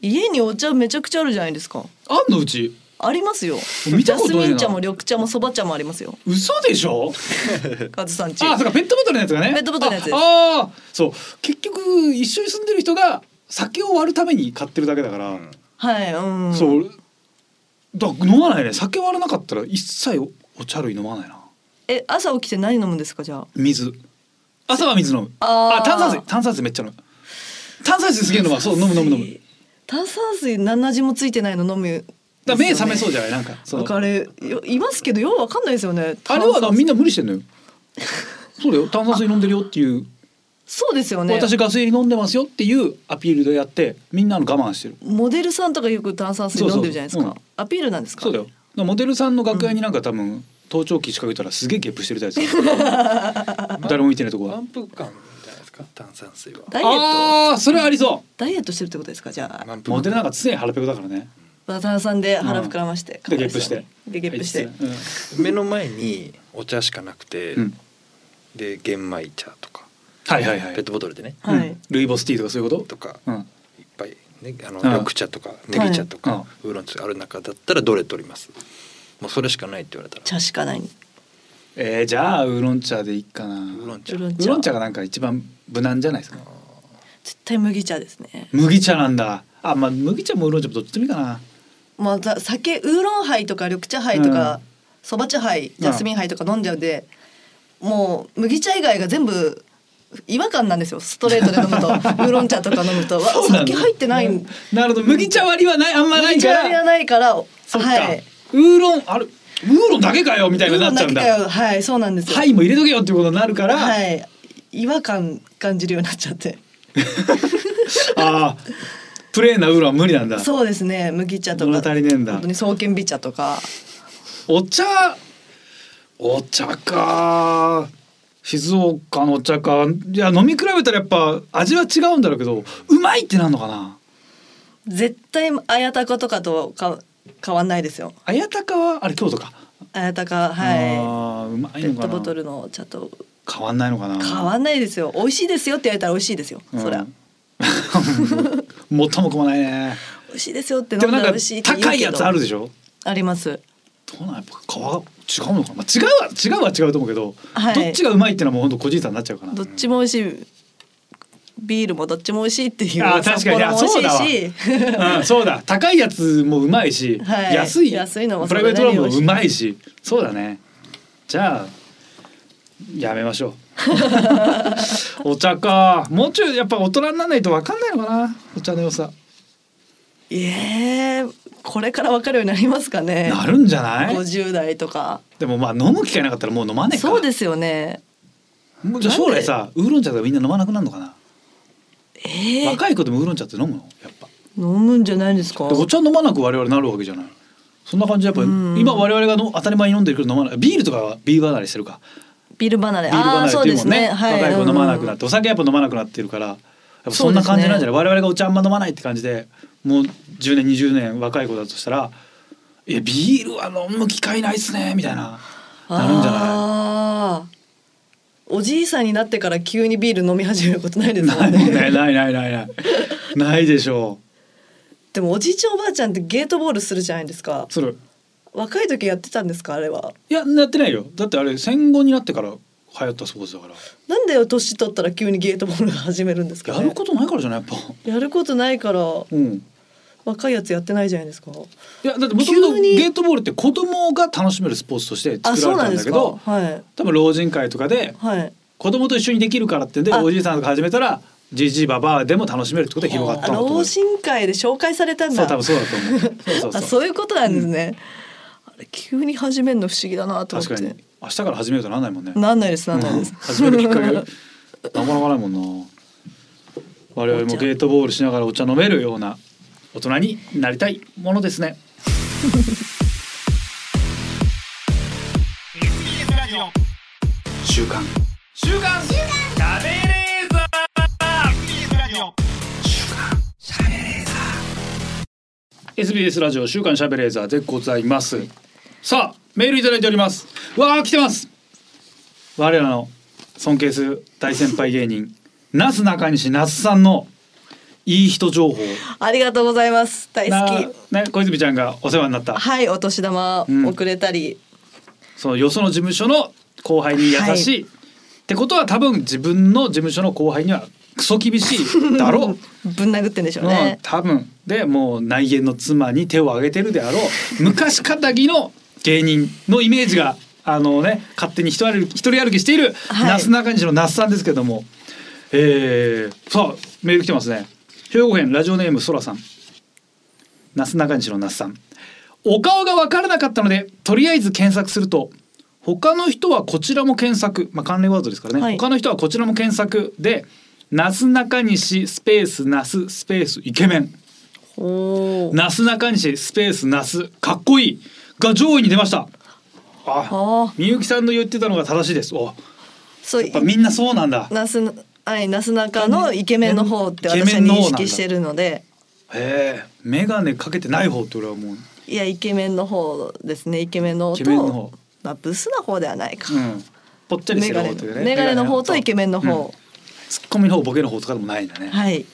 Speaker 4: 家にお茶めちゃくちゃあるじゃないですか。
Speaker 3: んのうち
Speaker 4: ありますよ。
Speaker 3: 見たことないな
Speaker 4: ジャスミン茶も緑茶もそば茶もありますよ。
Speaker 3: 嘘でし ょ
Speaker 4: カズさんち。
Speaker 3: あそうかペットボトルのやつがね
Speaker 4: ペットボトルのやつです
Speaker 3: ああーそう結局一緒に住んでる人が酒を割るために買ってるだけだから、
Speaker 4: はい。うん。
Speaker 3: そうだから飲まないね酒割らなかったら一切おお茶類飲まないな
Speaker 4: え朝起きて何飲むんですかじゃあ
Speaker 3: 水朝は水飲む
Speaker 4: あー
Speaker 3: 炭酸水炭酸水めっちゃ飲む炭酸水すげえのはそう飲む飲む飲むだか
Speaker 4: 炭酸水何の味もついてないの飲む、
Speaker 3: ら目覚めそう
Speaker 4: じ
Speaker 3: じゃないなんかそ
Speaker 4: わ
Speaker 3: の
Speaker 4: かるよいますけどようわかんないですよね
Speaker 3: あれはなみんな無理してん のよそうだよ炭酸水飲んでるよっていう、
Speaker 4: そうですよね
Speaker 3: 私ガス入り飲んでますよっていうアピールでやってみんなの我慢してる
Speaker 4: モデルさんとかよく炭酸水飲んでるじゃないですか
Speaker 3: そうそう
Speaker 4: アピールなんですか
Speaker 3: そうだよだからモデルさんの楽屋になんか多分盗聴器仕掛けたらすげえゲップしてるタイプです 誰も見てないとこは
Speaker 2: 満腹感じゃないですか炭酸水は
Speaker 4: ダイエット
Speaker 3: ああそれありそ
Speaker 4: ダイエットしてるってことですかじゃあ
Speaker 2: 満
Speaker 3: うモ
Speaker 2: 腹
Speaker 3: デル
Speaker 2: 感
Speaker 3: なんか常に腹ペコだからね
Speaker 4: また炭酸で腹膨らまして、
Speaker 3: でゲップして
Speaker 4: でゲップして、
Speaker 3: あいつうん
Speaker 2: 目の前にお茶しかなくて、
Speaker 3: うん
Speaker 2: で玄米茶とか
Speaker 3: はいはいはい
Speaker 2: ペットボトルでね
Speaker 4: はい、
Speaker 3: うんルイボスティーとかそういうこと
Speaker 2: とか
Speaker 3: うん、
Speaker 2: いっぱいねあの
Speaker 3: うん
Speaker 2: 緑茶とかネギ茶とか、
Speaker 3: はい
Speaker 2: ウーロン茶がある中だったらどれ取りますもうそれしかないって言われたら
Speaker 4: 茶しかない
Speaker 3: えー、じゃあウーロン茶でいいかなウ
Speaker 2: ウーロン茶
Speaker 4: ウーロン
Speaker 3: ーロン茶がなんか一番無難じゃないですか
Speaker 4: 絶対麦茶ですね
Speaker 3: 麦茶なんだあまあ麦茶もウーロン茶もどっちでもいいかな
Speaker 4: まあ、ざ酒ウーロンハイとか緑茶ハイ
Speaker 3: う
Speaker 4: と
Speaker 3: ん
Speaker 4: かそば、茶ハイジャスミンハイとか飲んじゃうんで、もう麦茶以外が全部違和感なんですよストレートで 飲むとウーロン茶とか飲むとわ
Speaker 3: そうなんだ
Speaker 4: 酒入ってないん
Speaker 3: なるほど麦茶割りはないあんまない
Speaker 4: 麦
Speaker 3: か
Speaker 4: 茶割りは
Speaker 3: ら
Speaker 4: ないからは
Speaker 3: そっか、
Speaker 4: い
Speaker 3: ウーロンあるウーロンだけかよみたいになっちゃうん
Speaker 4: ウーロン
Speaker 3: だ
Speaker 4: だけがはいそうなんですよ
Speaker 3: ハイも入れとけよっていうことになるから、
Speaker 4: はい違和感感じるようになっちゃって
Speaker 3: ああプレーンなウーロンは無理なんだ
Speaker 4: そうですね麦茶と
Speaker 3: 物
Speaker 4: か
Speaker 3: 足りねえんだ
Speaker 4: 本当に双剣美茶とか
Speaker 3: お茶お茶か静岡のお茶かいや飲み比べたらやっぱ味は違うんだろうけどうまいってなんのかな
Speaker 4: 絶対綾鷹とかとか変わんないですよ
Speaker 3: 綾鷹はあれ京都か
Speaker 4: 綾鷹
Speaker 3: あ
Speaker 4: は
Speaker 3: ーうま
Speaker 4: い
Speaker 3: い
Speaker 4: ペ
Speaker 3: の
Speaker 4: ッ
Speaker 3: か
Speaker 4: トボ
Speaker 3: な
Speaker 4: トルのお茶と
Speaker 3: 変わんないのかな
Speaker 4: 変わんないですよ美味しいですよって言われたら美味しいですよ、そりゃ
Speaker 3: うん もっともこもないね
Speaker 4: 美味しいですよって飲
Speaker 3: で
Speaker 4: ん
Speaker 3: もな
Speaker 4: だ
Speaker 3: んか
Speaker 4: ら美味しいって言うけど
Speaker 3: 高いやつあるでしょ
Speaker 4: あります
Speaker 3: どうなんやっぱ皮違うのかな、まあ、違うは違うは違うと思うけど、
Speaker 4: はい
Speaker 3: どっちがうまいってのはもう本当個人差になっちゃうかな
Speaker 4: どっちも美味しいビールもどっちも美味しいっていう
Speaker 3: あー確かに
Speaker 4: 札幌も美味しいし
Speaker 3: うん、そうだ高いやつもうまいし、
Speaker 4: はい
Speaker 3: 安い
Speaker 4: 安いのも
Speaker 3: プ
Speaker 4: そ
Speaker 3: ラ
Speaker 4: れ
Speaker 3: イベー
Speaker 4: なり
Speaker 3: トラ
Speaker 4: に
Speaker 3: ムもうまいしそうだねじゃあやめましょ うお茶かもうちょいやっぱ大人にならないと分かんないのかなお茶の良さ、
Speaker 4: えー、これから分かるようになりますかね
Speaker 3: なるんじゃない
Speaker 4: 50代とか
Speaker 3: でもまあ飲む機会なかったらもう飲まねえか
Speaker 4: そうですすよね
Speaker 3: じゃあ将来さウーロン茶とかみんな飲まなくなるのかな、
Speaker 4: えー、
Speaker 3: 若い子でもウーロン茶って飲むのやっぱ
Speaker 4: 飲むんじゃないですか
Speaker 3: でお茶飲まなく我々なるわけじゃないそんな感じでやっぱ
Speaker 4: うん
Speaker 3: 今我々がの当たり前に飲んでるけど飲まないビールとかはビール離れしてるか
Speaker 4: ビール離れ
Speaker 3: ビール離
Speaker 4: ああ
Speaker 3: れ
Speaker 4: そ
Speaker 3: っ
Speaker 4: う
Speaker 3: てい
Speaker 4: で
Speaker 3: うも
Speaker 4: す
Speaker 3: んね
Speaker 4: ねはい
Speaker 3: 若い子飲まなくな
Speaker 4: う
Speaker 3: っ
Speaker 4: ん
Speaker 3: て、お酒やっぱ飲まなくなってるからやっぱそんな感じなんじゃない、我々がお茶あんま飲まないって感じでもう10年20年若い子だとしたら「えビールは飲む機会ないっすね」みたいななるんじゃない
Speaker 4: あーおじいさんになってから急にビール飲み始めることないですも
Speaker 3: ない
Speaker 4: ん
Speaker 3: もん
Speaker 4: ね
Speaker 3: ねないないないないないでしょ
Speaker 4: でもおじいちゃんおばあちゃんってゲートボールするじゃないですか
Speaker 3: うそれ
Speaker 4: 若い時やってたんですかあれはい
Speaker 3: ややってないよだってあれ戦後になってから流行ったスポーツだから
Speaker 4: なんで年取ったら急にゲートボールが始めるんですか、ね、
Speaker 3: やることないからじゃないやっぱ
Speaker 4: やることないから
Speaker 3: うん
Speaker 4: 若いやつやってないじゃないですか
Speaker 3: いやだってもともと
Speaker 4: 急に
Speaker 3: ゲートボールって子供が楽しめるスポーツとして
Speaker 4: あ
Speaker 3: 作
Speaker 4: そう
Speaker 3: られたん
Speaker 4: なんで
Speaker 3: だ
Speaker 4: す
Speaker 3: け
Speaker 4: か
Speaker 3: ど
Speaker 4: はい
Speaker 3: 多分老人会とかで
Speaker 4: はい
Speaker 3: 子供と一緒にできるからってんで
Speaker 4: あ
Speaker 3: おじいさんとか始めたらじじいばばあでも楽しめるってことで広がった
Speaker 4: あ
Speaker 3: のと思
Speaker 4: 老
Speaker 3: う
Speaker 4: 人会で紹介されたん
Speaker 3: そう
Speaker 4: だ
Speaker 3: 多分そうだと思うそうそう
Speaker 4: あ
Speaker 3: そう
Speaker 4: そういうことなんですね、あれ急に始めるの不思議だなと思っ
Speaker 3: 確か
Speaker 4: て
Speaker 3: に明日から始めるとなんないもんね
Speaker 4: なんないですなんないです、
Speaker 3: 始めるきっかけなかなかないもんな我々もゲートボールしながらお茶飲めるような大人になりたいものですね
Speaker 2: 週刊
Speaker 1: 週刊週刊食べレーザーラジオ
Speaker 3: SBS ラジオ週刊しゃべレーザーでございますさあメールいただいておりますわあ来てます我らの尊敬する大先輩芸人 なすなかにし那須さんのいい人情報
Speaker 4: ありがとうございます大
Speaker 3: な
Speaker 4: 好
Speaker 3: ね小泉ちゃんがお世話になった
Speaker 4: きはいお年玉
Speaker 3: うん
Speaker 4: 遅れたり、
Speaker 3: そのよその事務所の後輩に優しい、ってことは多分自分の事務所の後輩にはクソ厳しいだ ろう
Speaker 4: ぶん殴ってんでしょう
Speaker 3: うん
Speaker 4: ね、
Speaker 3: 多分でもう内縁の妻に手を挙げてるであろ う昔かたぎの芸人のイメージがあのね勝手に一人歩き一人歩きしている、
Speaker 4: はい
Speaker 3: なすなかにしの那須さんですけども、えー、さあメール来てますね兵庫県ラジオネームそらさんなすなかにしの那須さんお顔が分からなかったのでとりあえず検索すると他の人はこちらも検索、まあ、関連ワードですからね、
Speaker 4: はい
Speaker 3: 他の人はこちらも検索で「なすなかにしスペースなすスペースイケメン」
Speaker 4: お
Speaker 3: 「
Speaker 4: ー
Speaker 3: なすなかにしスペースなすかっこいい」が上位に出ましたあ
Speaker 4: あー
Speaker 3: みゆきさんの言ってたのが正しいですおや
Speaker 4: そう
Speaker 3: っぱみんなそうなんだ
Speaker 4: なすはいなすなかのイケメンの方って
Speaker 3: イケ
Speaker 4: 私
Speaker 3: メ
Speaker 4: は
Speaker 3: ンの方
Speaker 4: 認
Speaker 3: なんだ
Speaker 4: 識してるので
Speaker 3: へえ眼鏡かけてない方って俺はもう
Speaker 4: いやイケメンの方ですねイケメンの方
Speaker 3: イケ
Speaker 4: と
Speaker 3: メンの方
Speaker 4: まあブスな方ではないか、
Speaker 3: うんぽっちゃりし
Speaker 4: メ
Speaker 3: てる
Speaker 4: ガ
Speaker 3: 方
Speaker 4: ネ
Speaker 3: と
Speaker 4: の
Speaker 3: いうね
Speaker 4: メガネの方とイケメンの
Speaker 3: うん
Speaker 4: 方、
Speaker 3: ツッコミの方ボケの方とかでもないんだね、
Speaker 4: はい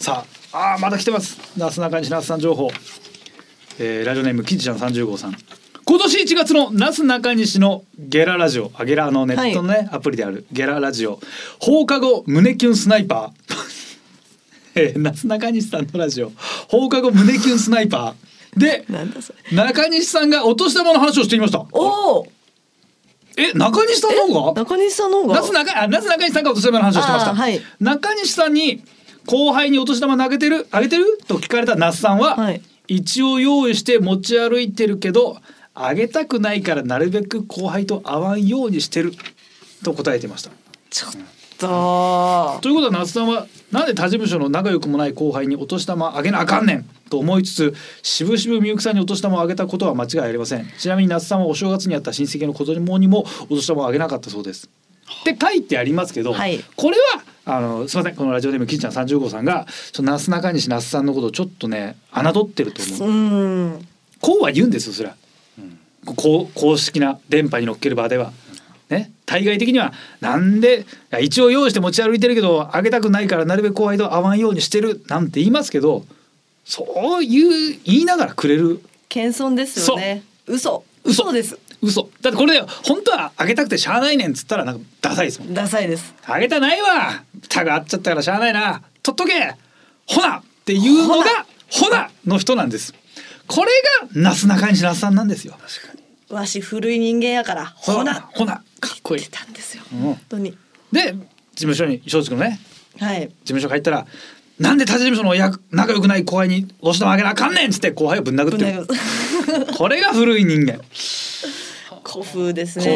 Speaker 3: さあ、あーまだ来てます。なすなかにしなすさん情報。えー、ラジオネームキジちゃん三十号さん。今年1月のなすなかにしのゲララジオ、あゲラあのネットのね、アプリであるゲララジオ。放課後胸キュンスナイパー。 えー、なすなかにしさんのラジオ。放課後胸キュンスナイパー。で、
Speaker 4: なんだそれ
Speaker 3: 中西さんがお年玉の話をしていました。
Speaker 4: おお
Speaker 3: え、中西さんの方が。
Speaker 4: 中西さんの方が
Speaker 3: なすなかあなすなかにしさんがお年玉の話をしてました、
Speaker 4: あーはい
Speaker 3: 中西さんに後輩にお年玉投げてるあげてると聞かれた那須さんは、
Speaker 4: はい
Speaker 3: 一応用意して持ち歩いてるけどあげたくないからなるべく後輩と会わんようにしてると答えてました
Speaker 4: ちょっと
Speaker 3: ということは夏さんはなんで他事務所の仲良くもない後輩にお年玉あげなあかんねんと思いつつ渋々みゆきさんにお年玉をあげたことは間違いありませんちなみに夏さんはお正月にあった親戚の子供にもお年玉をあげなかったそうですって書いてありますけど、
Speaker 4: はい
Speaker 3: これはあのすいませんこのラジオネームきんちゃん30号さんがちょなすなかにし那須さんのことをちょっとね侮ってると思う
Speaker 4: うん
Speaker 3: こうは言うんですよそれは、こう公式な電波に乗っける場では。ね、対外的にはなんでいや一応用意して持ち歩いてるけどあげたくないからなるべく後輩と会わんようにしてるなんて言いますけどそういう言いながらくれる
Speaker 4: 謙遜ですよね嘘
Speaker 3: 嘘
Speaker 4: 嘘です
Speaker 3: 嘘だってこれで本当はあげたくてしゃあないねんっつったらなんかダサいですもん
Speaker 4: ダサいです
Speaker 3: あげたないわたがあっちゃったからしゃあないな取っとけほなっていうのがほなの人なんですこれがなすなかにし那須さんなんですよ
Speaker 2: 確かに
Speaker 4: わし古い人間やからほな
Speaker 3: ほなかっこいい
Speaker 4: 出たんですよ
Speaker 3: うん
Speaker 4: 本当に
Speaker 3: で事務所に松竹のね
Speaker 4: はい
Speaker 3: 事務所入ったら「なんで他事務所のや仲良くない後輩にお年玉あげなあかんねん!」っつって後輩をぶん殴ってるこれが古い人 間
Speaker 4: 古風です
Speaker 3: 古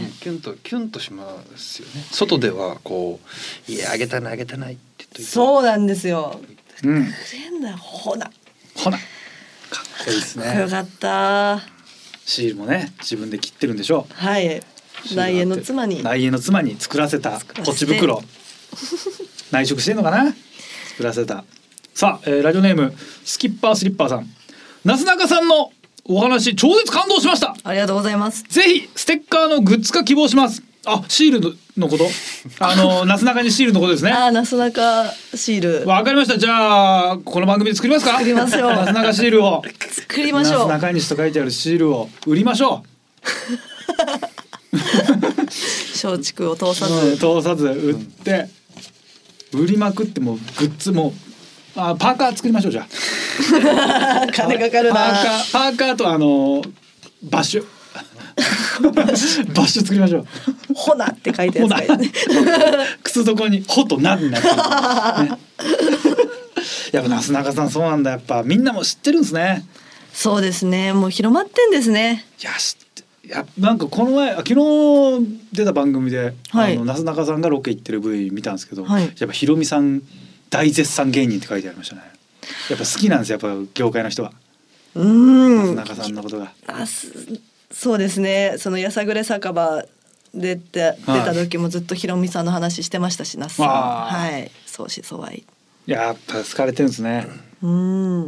Speaker 2: ちょっとでも
Speaker 4: ね
Speaker 2: キュンとキュンとしますよね外ではこう「いやあげたないあげたない」って言っといて
Speaker 4: そうなんですよ
Speaker 3: うん
Speaker 4: くれんなほな
Speaker 3: ほなかっこいいです
Speaker 4: よ
Speaker 3: ね
Speaker 4: かった
Speaker 3: シールもね自分で切ってるんでしょ
Speaker 4: はい
Speaker 3: シール貼って
Speaker 4: 内縁の妻に
Speaker 3: 内縁の妻に作らせた
Speaker 4: 作らせて
Speaker 3: ポチ 袋内職してんのかな作らせたさあ、えーラジオネームスキッパースリッパーさんなすなかさんのお話超絶感動しました
Speaker 4: ありがとうございます
Speaker 3: ぜひステッカーのグッズ化希望します。あ、シールののこと？あ のなすなかにシールのことですね。
Speaker 4: あーなすなかシール
Speaker 3: わかりました。じゃあこの番組で作りますか？作
Speaker 4: りましょう
Speaker 3: なすなかシールを。
Speaker 4: 作り
Speaker 3: な
Speaker 4: ますしょ
Speaker 3: な
Speaker 4: う
Speaker 3: かにしと書いてあるシールを売りましょ
Speaker 4: 松竹を通さ
Speaker 3: う。
Speaker 4: ず
Speaker 3: うん通さず売って、売りまくってもうグッズもあパーカー作りましょうじゃあ。
Speaker 4: 金かかる
Speaker 3: パーカ
Speaker 4: な
Speaker 3: ーパーカーとあのバッ シュバッシュ作りましょう。
Speaker 4: ほなって書いてあるやつがいるね
Speaker 3: 靴底に「ほ」と「な」になってる、ね、やっぱなすなかさんそうなんだやっぱみんなも知ってるんですね
Speaker 4: そうですねもう広まってんですね
Speaker 3: いや知っていやなんかこの前あ昨日出た番組で、
Speaker 4: はい
Speaker 3: あのなすなかさんがロケ行ってる V 見たんですけど、
Speaker 4: はい
Speaker 3: やっぱひろみさん大絶賛芸人って書いてありましたねやっぱ好きなんですよやっぱ業界の人は
Speaker 4: う
Speaker 3: なす
Speaker 4: ーん
Speaker 3: なかさんのことが。
Speaker 4: あすそうですねそのやさぐれ酒場でって、
Speaker 3: はい
Speaker 4: 出た時もずっとひろみさんの話してましたしなすさん
Speaker 3: わあ
Speaker 4: はい相思相愛
Speaker 3: やっぱ好かれてるんですね
Speaker 4: うー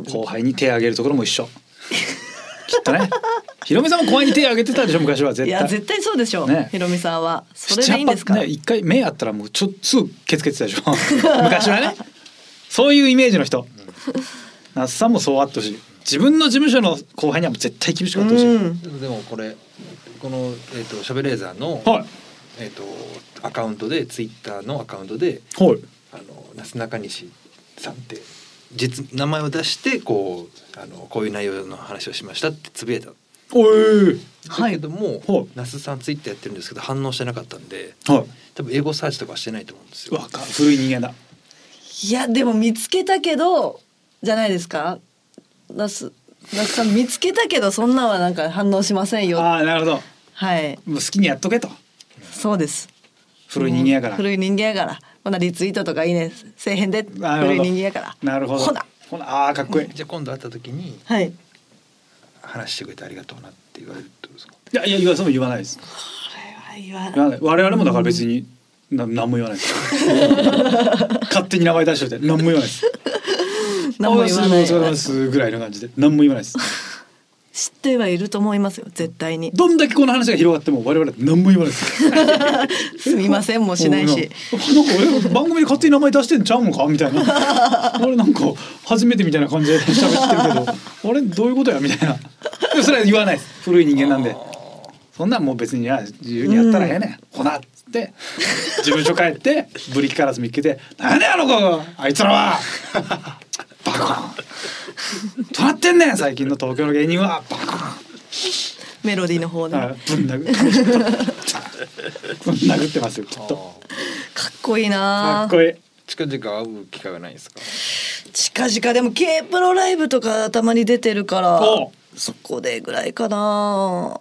Speaker 4: ん
Speaker 3: 後輩に手あげるところも一 緒きっとねひろみさんも後輩に手あげてたでしょ昔は絶対
Speaker 4: いや絶対そうでしょう、
Speaker 3: ね
Speaker 4: ひろみさんはそれでいいんですか、
Speaker 3: 七八発ね一回目あったらもうちょすぐケツケツでしょ 昔はねそういうイメージの人那須さんもそうあってほしい自分の事務所の後輩にはもう絶対厳しくあってほしい、
Speaker 4: うん
Speaker 2: でもこれこの、えー、とシャベレーザーの、
Speaker 3: はい
Speaker 2: えー、とアカウントでツイッターのアカウントで
Speaker 3: はい
Speaker 2: あのなすなかにしさんって実名前を出してこうあのこういう内容の話をしましたってつぶやいたんで
Speaker 3: おい
Speaker 2: すけども、
Speaker 3: はい
Speaker 2: 那須さんツイッターやってるんですけど反応してなかったんで
Speaker 3: は
Speaker 2: 多分英語サーチとかしてないと思うんです
Speaker 3: い
Speaker 2: よ。
Speaker 3: わか古い人間だ
Speaker 4: いやでも見つけたけどじゃないですかなすなすさん見つけたけどそんなんはなんか反応しませんよ
Speaker 3: ああなるほども
Speaker 4: はいう
Speaker 3: 好きにやっとけと
Speaker 4: そうです
Speaker 3: 古い人間やから
Speaker 4: 古い人間やからほなリツイートとかいいねせえへんで古
Speaker 3: なるほ
Speaker 4: い
Speaker 3: ど
Speaker 4: 人間やから
Speaker 3: なるほど
Speaker 4: ほな
Speaker 3: ほなあーかっこいい、い
Speaker 2: じゃあ今度会った時に
Speaker 4: はい
Speaker 2: 話してくれてありがとうなって言われるってことですか
Speaker 3: やいや言わそうも言わないです
Speaker 4: これは言
Speaker 3: 言
Speaker 4: わない
Speaker 3: わない我々もだから別にな何も言わないです 勝手に名前出しといて何も言わないです
Speaker 4: 何も言わ
Speaker 3: あ
Speaker 4: な
Speaker 3: お疲れ様で
Speaker 4: い
Speaker 3: すぐらいの感じで何も言わないです
Speaker 4: 知ってはいると思いますよ絶対 に
Speaker 3: どんだけこの話が広がっても我々は何も言わないです。
Speaker 4: すみませんもし ないし
Speaker 3: もうなんかえ番組で勝手に名前出してんちゃうのかみ たいな。あれなんか初めてみたいな感じで喋ってるけど、あれどういうことやみたいな。でもそれは言わないです。古い人間なんで。そんなんもう別にや自由にやったらええねん。ほなっつって事務所帰ってブリキカラス見っけて「何やあの子あいつらは!」 バカどうなってんねん最近の東京の芸人はバカ
Speaker 4: メロディーの方ね
Speaker 3: あ
Speaker 4: か
Speaker 3: ぶん 殴ってぶん殴ってますよきっと
Speaker 4: っこいい
Speaker 3: か
Speaker 4: な
Speaker 3: っこいい
Speaker 2: 近々会う機会はないですか
Speaker 4: 近々でも K プロライブとかたまに出てるから
Speaker 3: お
Speaker 4: そこでぐらいかな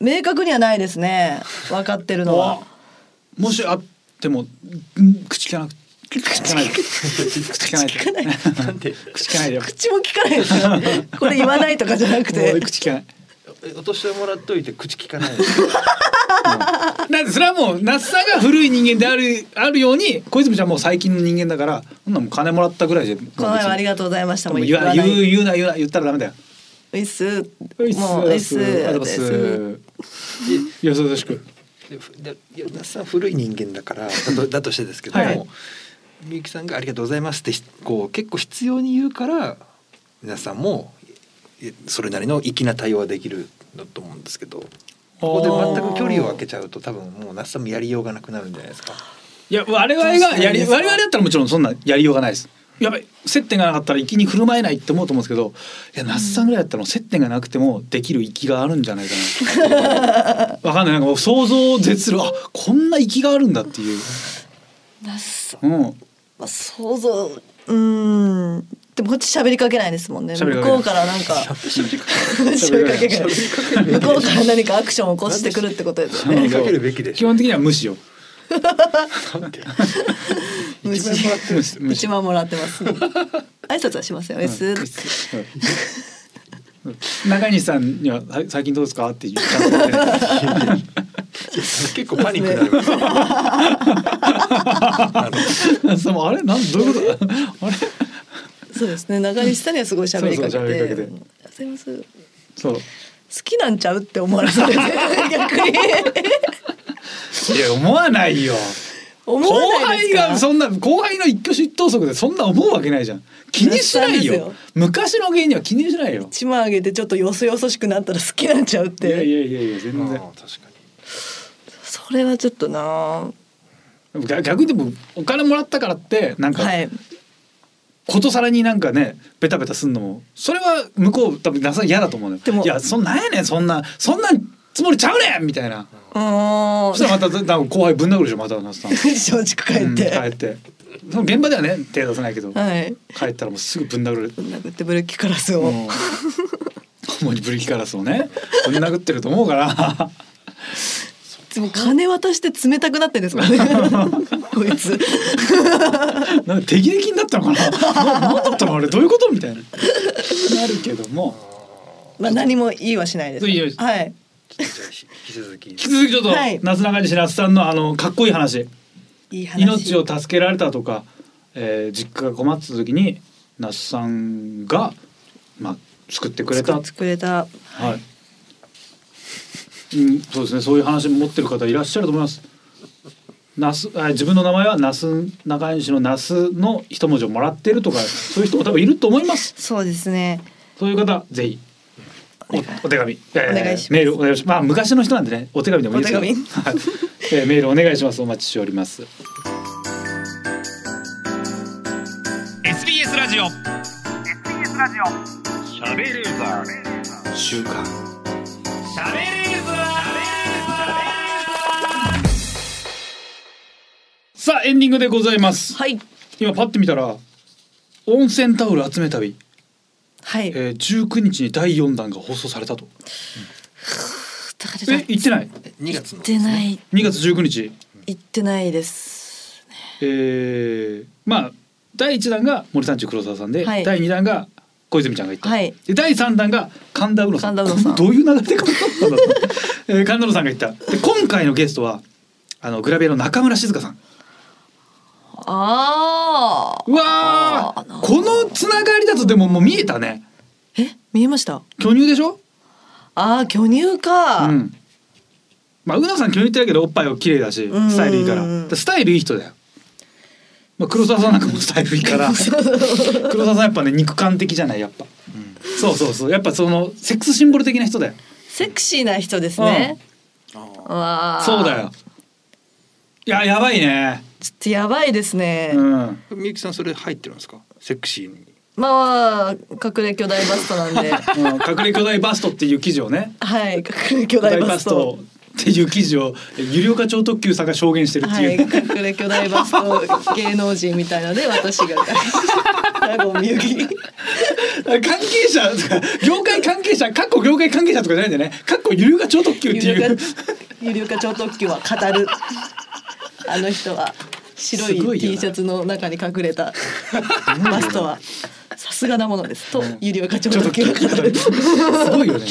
Speaker 4: 明確にはないですね分かってるのは
Speaker 3: もしあでもん口利かなく口利かないで口利かないで
Speaker 4: 聞かな い
Speaker 2: なんで
Speaker 3: 口利かないでよ
Speaker 4: 口も聞かないですよ これ言わないとかじゃなく
Speaker 3: も
Speaker 4: て
Speaker 3: う口利かない
Speaker 2: えお年をもらっといて口聞かない。
Speaker 3: なんでそれはもう那須さんが古い人間であるあるように小泉ちゃんもう最近の人間だからそんなもん金もらったぐらいじゃ
Speaker 4: この前はあり
Speaker 3: が
Speaker 4: がとうございました
Speaker 3: もう
Speaker 4: もう
Speaker 3: 言わ
Speaker 4: 言わ
Speaker 3: 言
Speaker 4: な
Speaker 3: う
Speaker 4: い
Speaker 3: 言うな言うな言ったらダメだよ
Speaker 4: ういっす
Speaker 3: いっす
Speaker 4: もうういっす
Speaker 3: ありがとうございます
Speaker 4: です
Speaker 3: よそよろしく
Speaker 2: でふでいや那須さん古い人間だからだと だとしてですけども、
Speaker 3: はい
Speaker 2: みゆきさんが「ありがとうございます」ってひこう結構必要に言うから皆さんもえそれなりの粋な対応ができるのと思うんですけどここで全く距離を空けちゃうと多分もう那須さんもやりようがなくなるんじゃないですか。
Speaker 3: いや我々がやり
Speaker 4: どうしたらいいんですか
Speaker 3: 我々だったらもちろんそんなやりようがないです。やばい接点がなかったら粋に振る舞えないって思うと思うんですけどいや那須さんぐらいだったらもう接点がなくてもできる粋があるんじゃないかなわかんないなんかもう想像を絶するあこんな粋があるんだっていう、
Speaker 4: なっさ
Speaker 3: うん、
Speaker 4: まあ想像うーんでもこっち喋りかけないですもんね
Speaker 3: 喋りかけ
Speaker 4: 向
Speaker 3: ない
Speaker 4: こうからなんか 喋りかけない向こうから何かアクションを起こしてくるってことですよ
Speaker 2: 喋
Speaker 4: ね
Speaker 2: りかけるべきで
Speaker 3: 基
Speaker 2: しょ。
Speaker 3: 本的には無視よ
Speaker 2: なんて一番もらってるん
Speaker 3: 無
Speaker 2: で
Speaker 3: 視
Speaker 2: すよ。
Speaker 3: 無視
Speaker 4: 一番もらって ます挨拶はしますよ
Speaker 3: う
Speaker 4: S
Speaker 3: んうん中西さんにははい「最近どうですか?」って言ったので、
Speaker 2: 結構パニック になりますね。あの
Speaker 3: そのあれなんどういうことあれ
Speaker 4: そうですね中西さんにはすごい喋りかけて
Speaker 3: そうそう喋りかけて
Speaker 4: うんすいません好
Speaker 3: そう
Speaker 4: きなんちゃうって思わ れて逆に
Speaker 3: いや思わないよ
Speaker 4: 思
Speaker 3: 後
Speaker 4: わな
Speaker 3: 輩
Speaker 4: いですか
Speaker 3: がそんな後輩の一挙手一投足でそんな思うわけないじゃん気にしないよ
Speaker 4: 絶対ですよ
Speaker 3: 昔の芸人は気にしないよ
Speaker 4: 一枚上げてちょっとよそよそしくなったら好きなんちゃうっ
Speaker 3: いや
Speaker 4: て
Speaker 3: いやいやいや全
Speaker 2: あ
Speaker 3: 然
Speaker 2: あ確かに。
Speaker 4: それはちょっとな
Speaker 3: 逆逆にでもお金もらったからってなんか
Speaker 4: はい
Speaker 3: ことさらになんかねベタベタすんのもそれは向こう多分なさ嫌だと思うの
Speaker 4: で
Speaker 3: よ
Speaker 4: も
Speaker 3: いやそんなんやねんそんなそんなつもりちゃうねんみたいな
Speaker 4: うーん
Speaker 3: そしたらまたなんか後輩ぶん殴るでしょまた那須さん
Speaker 4: 正直帰
Speaker 3: うん
Speaker 4: って、は
Speaker 3: 帰ってその現場ではね手出さないけど
Speaker 4: い
Speaker 3: 帰ったらもうすぐぶん殴る
Speaker 4: 殴ってブレーキカラス を、
Speaker 3: もう主にブレーキカラスをねぶん殴ってると思うから
Speaker 4: でも金渡して冷たくなってんで すかねこいつ
Speaker 3: なんか手切れ気になったのかな ななんだったのあれどういうことみたいななるけども
Speaker 4: まあ何も言いはしないです
Speaker 3: いいよいいです
Speaker 4: はい
Speaker 2: じゃあ引き続き
Speaker 3: 引。き続きちょっと、
Speaker 4: はい
Speaker 3: なすなかにし那須さんのあのかっこいい話
Speaker 4: いい話
Speaker 3: 命を助けられたとか、えー実家が困ってた時に那須さんが、まあ、救ってくれた
Speaker 4: 作ってくれた
Speaker 3: はい。うん、そうですね。そういう話持ってる方いらっしゃると思います。ナス、あ自分の名前はナス中西のナスの一文字をもらってるとか、そういう人も多分いると思います。
Speaker 4: そうですね
Speaker 3: そういう方ぜひおお手紙、え
Speaker 4: お願いします
Speaker 3: メールお願いします。まあ昔の人なんでね、お手紙でもいいですけど、
Speaker 4: お手紙
Speaker 3: はいえーメールお願いします。お待ちしております。
Speaker 1: SBS ラジオ SBS ラジオしゃべれーザ
Speaker 2: 週刊
Speaker 1: しゃべれーザ
Speaker 3: さあエンディングでございます。
Speaker 4: はい
Speaker 3: 今パッて見たら、温泉タオル集め旅、
Speaker 4: はい
Speaker 3: えー、19日に第4弾が放送されたと。え
Speaker 4: え
Speaker 3: 行ってない。
Speaker 2: 2月
Speaker 4: 行
Speaker 2: の
Speaker 4: ってない
Speaker 3: 2月19日。
Speaker 4: 行ってないです
Speaker 3: えーまあ第1弾が森三中黒沢さんで、
Speaker 4: はい
Speaker 3: 第2弾が小泉ちゃんが行った、
Speaker 4: はい
Speaker 3: で第3弾が神田うのさん
Speaker 4: 神田うのさ ん
Speaker 3: どういう流れで神田うのさんだったのえー神田うのさんが行ったで今回のゲストはあのグラビアの中村静香さん
Speaker 4: ああ
Speaker 3: うわ
Speaker 4: あーな
Speaker 3: ー
Speaker 4: る
Speaker 3: このつながりだとでももう見えたね
Speaker 4: え見えました
Speaker 3: 巨乳でしょ
Speaker 4: ああ巨乳か、
Speaker 3: うんまあうなさん巨乳ってだけどおっぱいは綺麗だし
Speaker 4: うん
Speaker 3: スタイルいいからでスタイルいい人だよ、まあ、黒沢さんなんかもスタイルいい から黒沢さんやっぱね肉感的じゃないやっぱ、そうそうそうやっぱそのセックスシンボル的な人だよ
Speaker 4: セクシーな人ですね、わあ
Speaker 3: そうだよいややばいね
Speaker 4: ちょっとやばいですね、
Speaker 3: うん
Speaker 2: みゆきさんそれ入ってるんですかセクシーに
Speaker 4: まあ隠れ巨大バストな んで
Speaker 3: うん隠れ巨大バストっていう記事をね
Speaker 4: はい隠れ 巨大バスト
Speaker 3: っていう記事をえ有料化超特急さんが証言してるって、
Speaker 4: はいいう隠れ巨大バスト芸能人みたいので私がラゴンみゆき
Speaker 3: 関係者とか業界関係者かっこ業界関係者とかじゃないんだよねかっこ有料化超特急って
Speaker 4: 有
Speaker 3: いう
Speaker 4: 料化有料化超特急は語るあの人は白
Speaker 3: すご
Speaker 4: い
Speaker 3: いよな
Speaker 4: T シャツの中に隠れたマストはさすがなものですとゆりは課長
Speaker 3: ちょっ
Speaker 4: だ
Speaker 3: と
Speaker 4: け
Speaker 3: 聞
Speaker 4: が
Speaker 3: き方
Speaker 4: 語る
Speaker 3: すごいよね。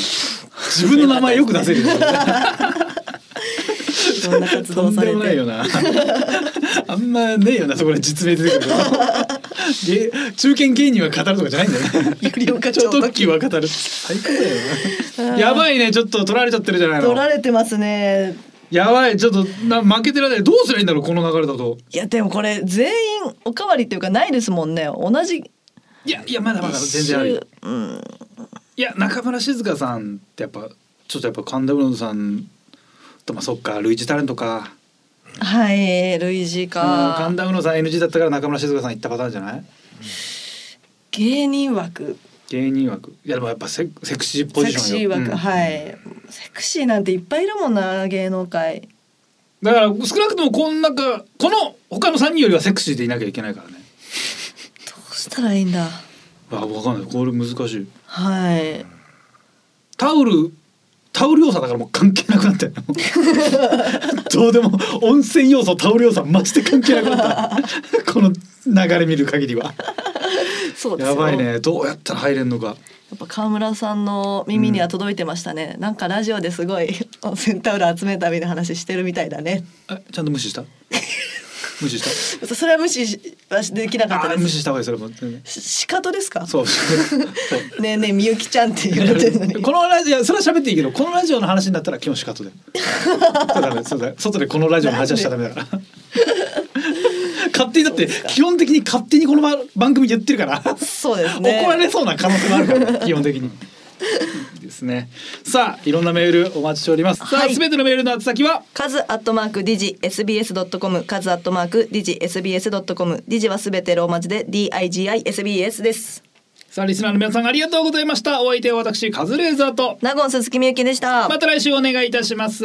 Speaker 3: 自分の名前よく出せるよ。
Speaker 4: いろんな活動
Speaker 3: と
Speaker 4: を
Speaker 3: ん
Speaker 4: さ
Speaker 3: で
Speaker 4: れ
Speaker 3: もない
Speaker 4: て
Speaker 3: よな。あんまねえよなそこで実名出 てくるの。芸中堅芸人は語るとかじゃないんだよね。
Speaker 4: ゆりは課
Speaker 3: ちょ
Speaker 4: 長
Speaker 3: っと
Speaker 4: だけ
Speaker 3: 時は語る。最高だよな。やばいねちょっと取られちゃってるじゃない
Speaker 4: 取ら
Speaker 3: の。
Speaker 4: れてますね
Speaker 3: やばいちょっとな負けてられないどうすりゃいいんだろうこの流れだと。
Speaker 4: いやでもこれ全員おかわりっていうかないですもんね同じ
Speaker 3: いやいやまだまだ全然あるよ。
Speaker 4: うん
Speaker 3: いや中村静香さんってやっぱちょっとやっぱ神田うのさんとまあそっか類似タレントか。
Speaker 4: はい類似
Speaker 3: うん
Speaker 4: か
Speaker 3: 神田うのさん NG だったから中村静香さん行ったパターンじゃない
Speaker 4: 芸人枠
Speaker 3: 芸人枠いやでもやっぱセクセクシーポ
Speaker 4: セ
Speaker 3: ジ
Speaker 4: ク
Speaker 3: ション
Speaker 4: シー
Speaker 3: よ
Speaker 4: 枠、
Speaker 3: うん
Speaker 4: はいセクシーなんていっぱいいるもんな芸能界
Speaker 3: だから少なくともこの中この他の3人よりはセクシーでいなきゃいけないからね
Speaker 4: どうしたらいいんだ
Speaker 3: あ分かんないこれ難しい
Speaker 4: はい
Speaker 3: タオルタオル要素だからもう関係なくな ったよどうでも温泉要素タオル要素はマジで関係なくなった この流れ見る限りは
Speaker 4: そうですよ
Speaker 3: やばいねどうやったら入れんのか
Speaker 4: やっぱ川村さんの耳には届いてましたね、なんかラジオですごい 温泉タオル集めたみたいな話してるみたいだね
Speaker 3: えちゃんと無視 した無視し
Speaker 4: そそれは無視しはできな
Speaker 3: た
Speaker 4: かった
Speaker 3: あ
Speaker 4: で
Speaker 3: 無
Speaker 4: す
Speaker 3: 視した方がいいそれもうん
Speaker 4: し仕方ですか
Speaker 3: そうそう
Speaker 4: ねえねえみゆきちゃんって言われてるの に
Speaker 3: このラジオそれは喋っていいけどこのラジオの話になったら今日仕方だよそうだねそうだね外でこのラジオの話はしちゃダメ だから勝手にだって基本的に勝手にこの番番組で言ってるから、
Speaker 4: そうですね
Speaker 3: 怒られそうな可能性もある から基本的にですねさあいろんなメールお待ちしております、
Speaker 4: は
Speaker 3: さあ
Speaker 4: い
Speaker 3: 全てのメールの宛先は
Speaker 4: カズアットマークディジ SBS ドットコムカズアットマークディジ SBS ドットコムディジはすべてローマ字で D I G I S B S です。
Speaker 3: さあリスナーの皆さんありがとうございましたお相手は私カズレーザーと
Speaker 4: ナゴン鈴木みゆきでした。
Speaker 3: また来週お願いいたします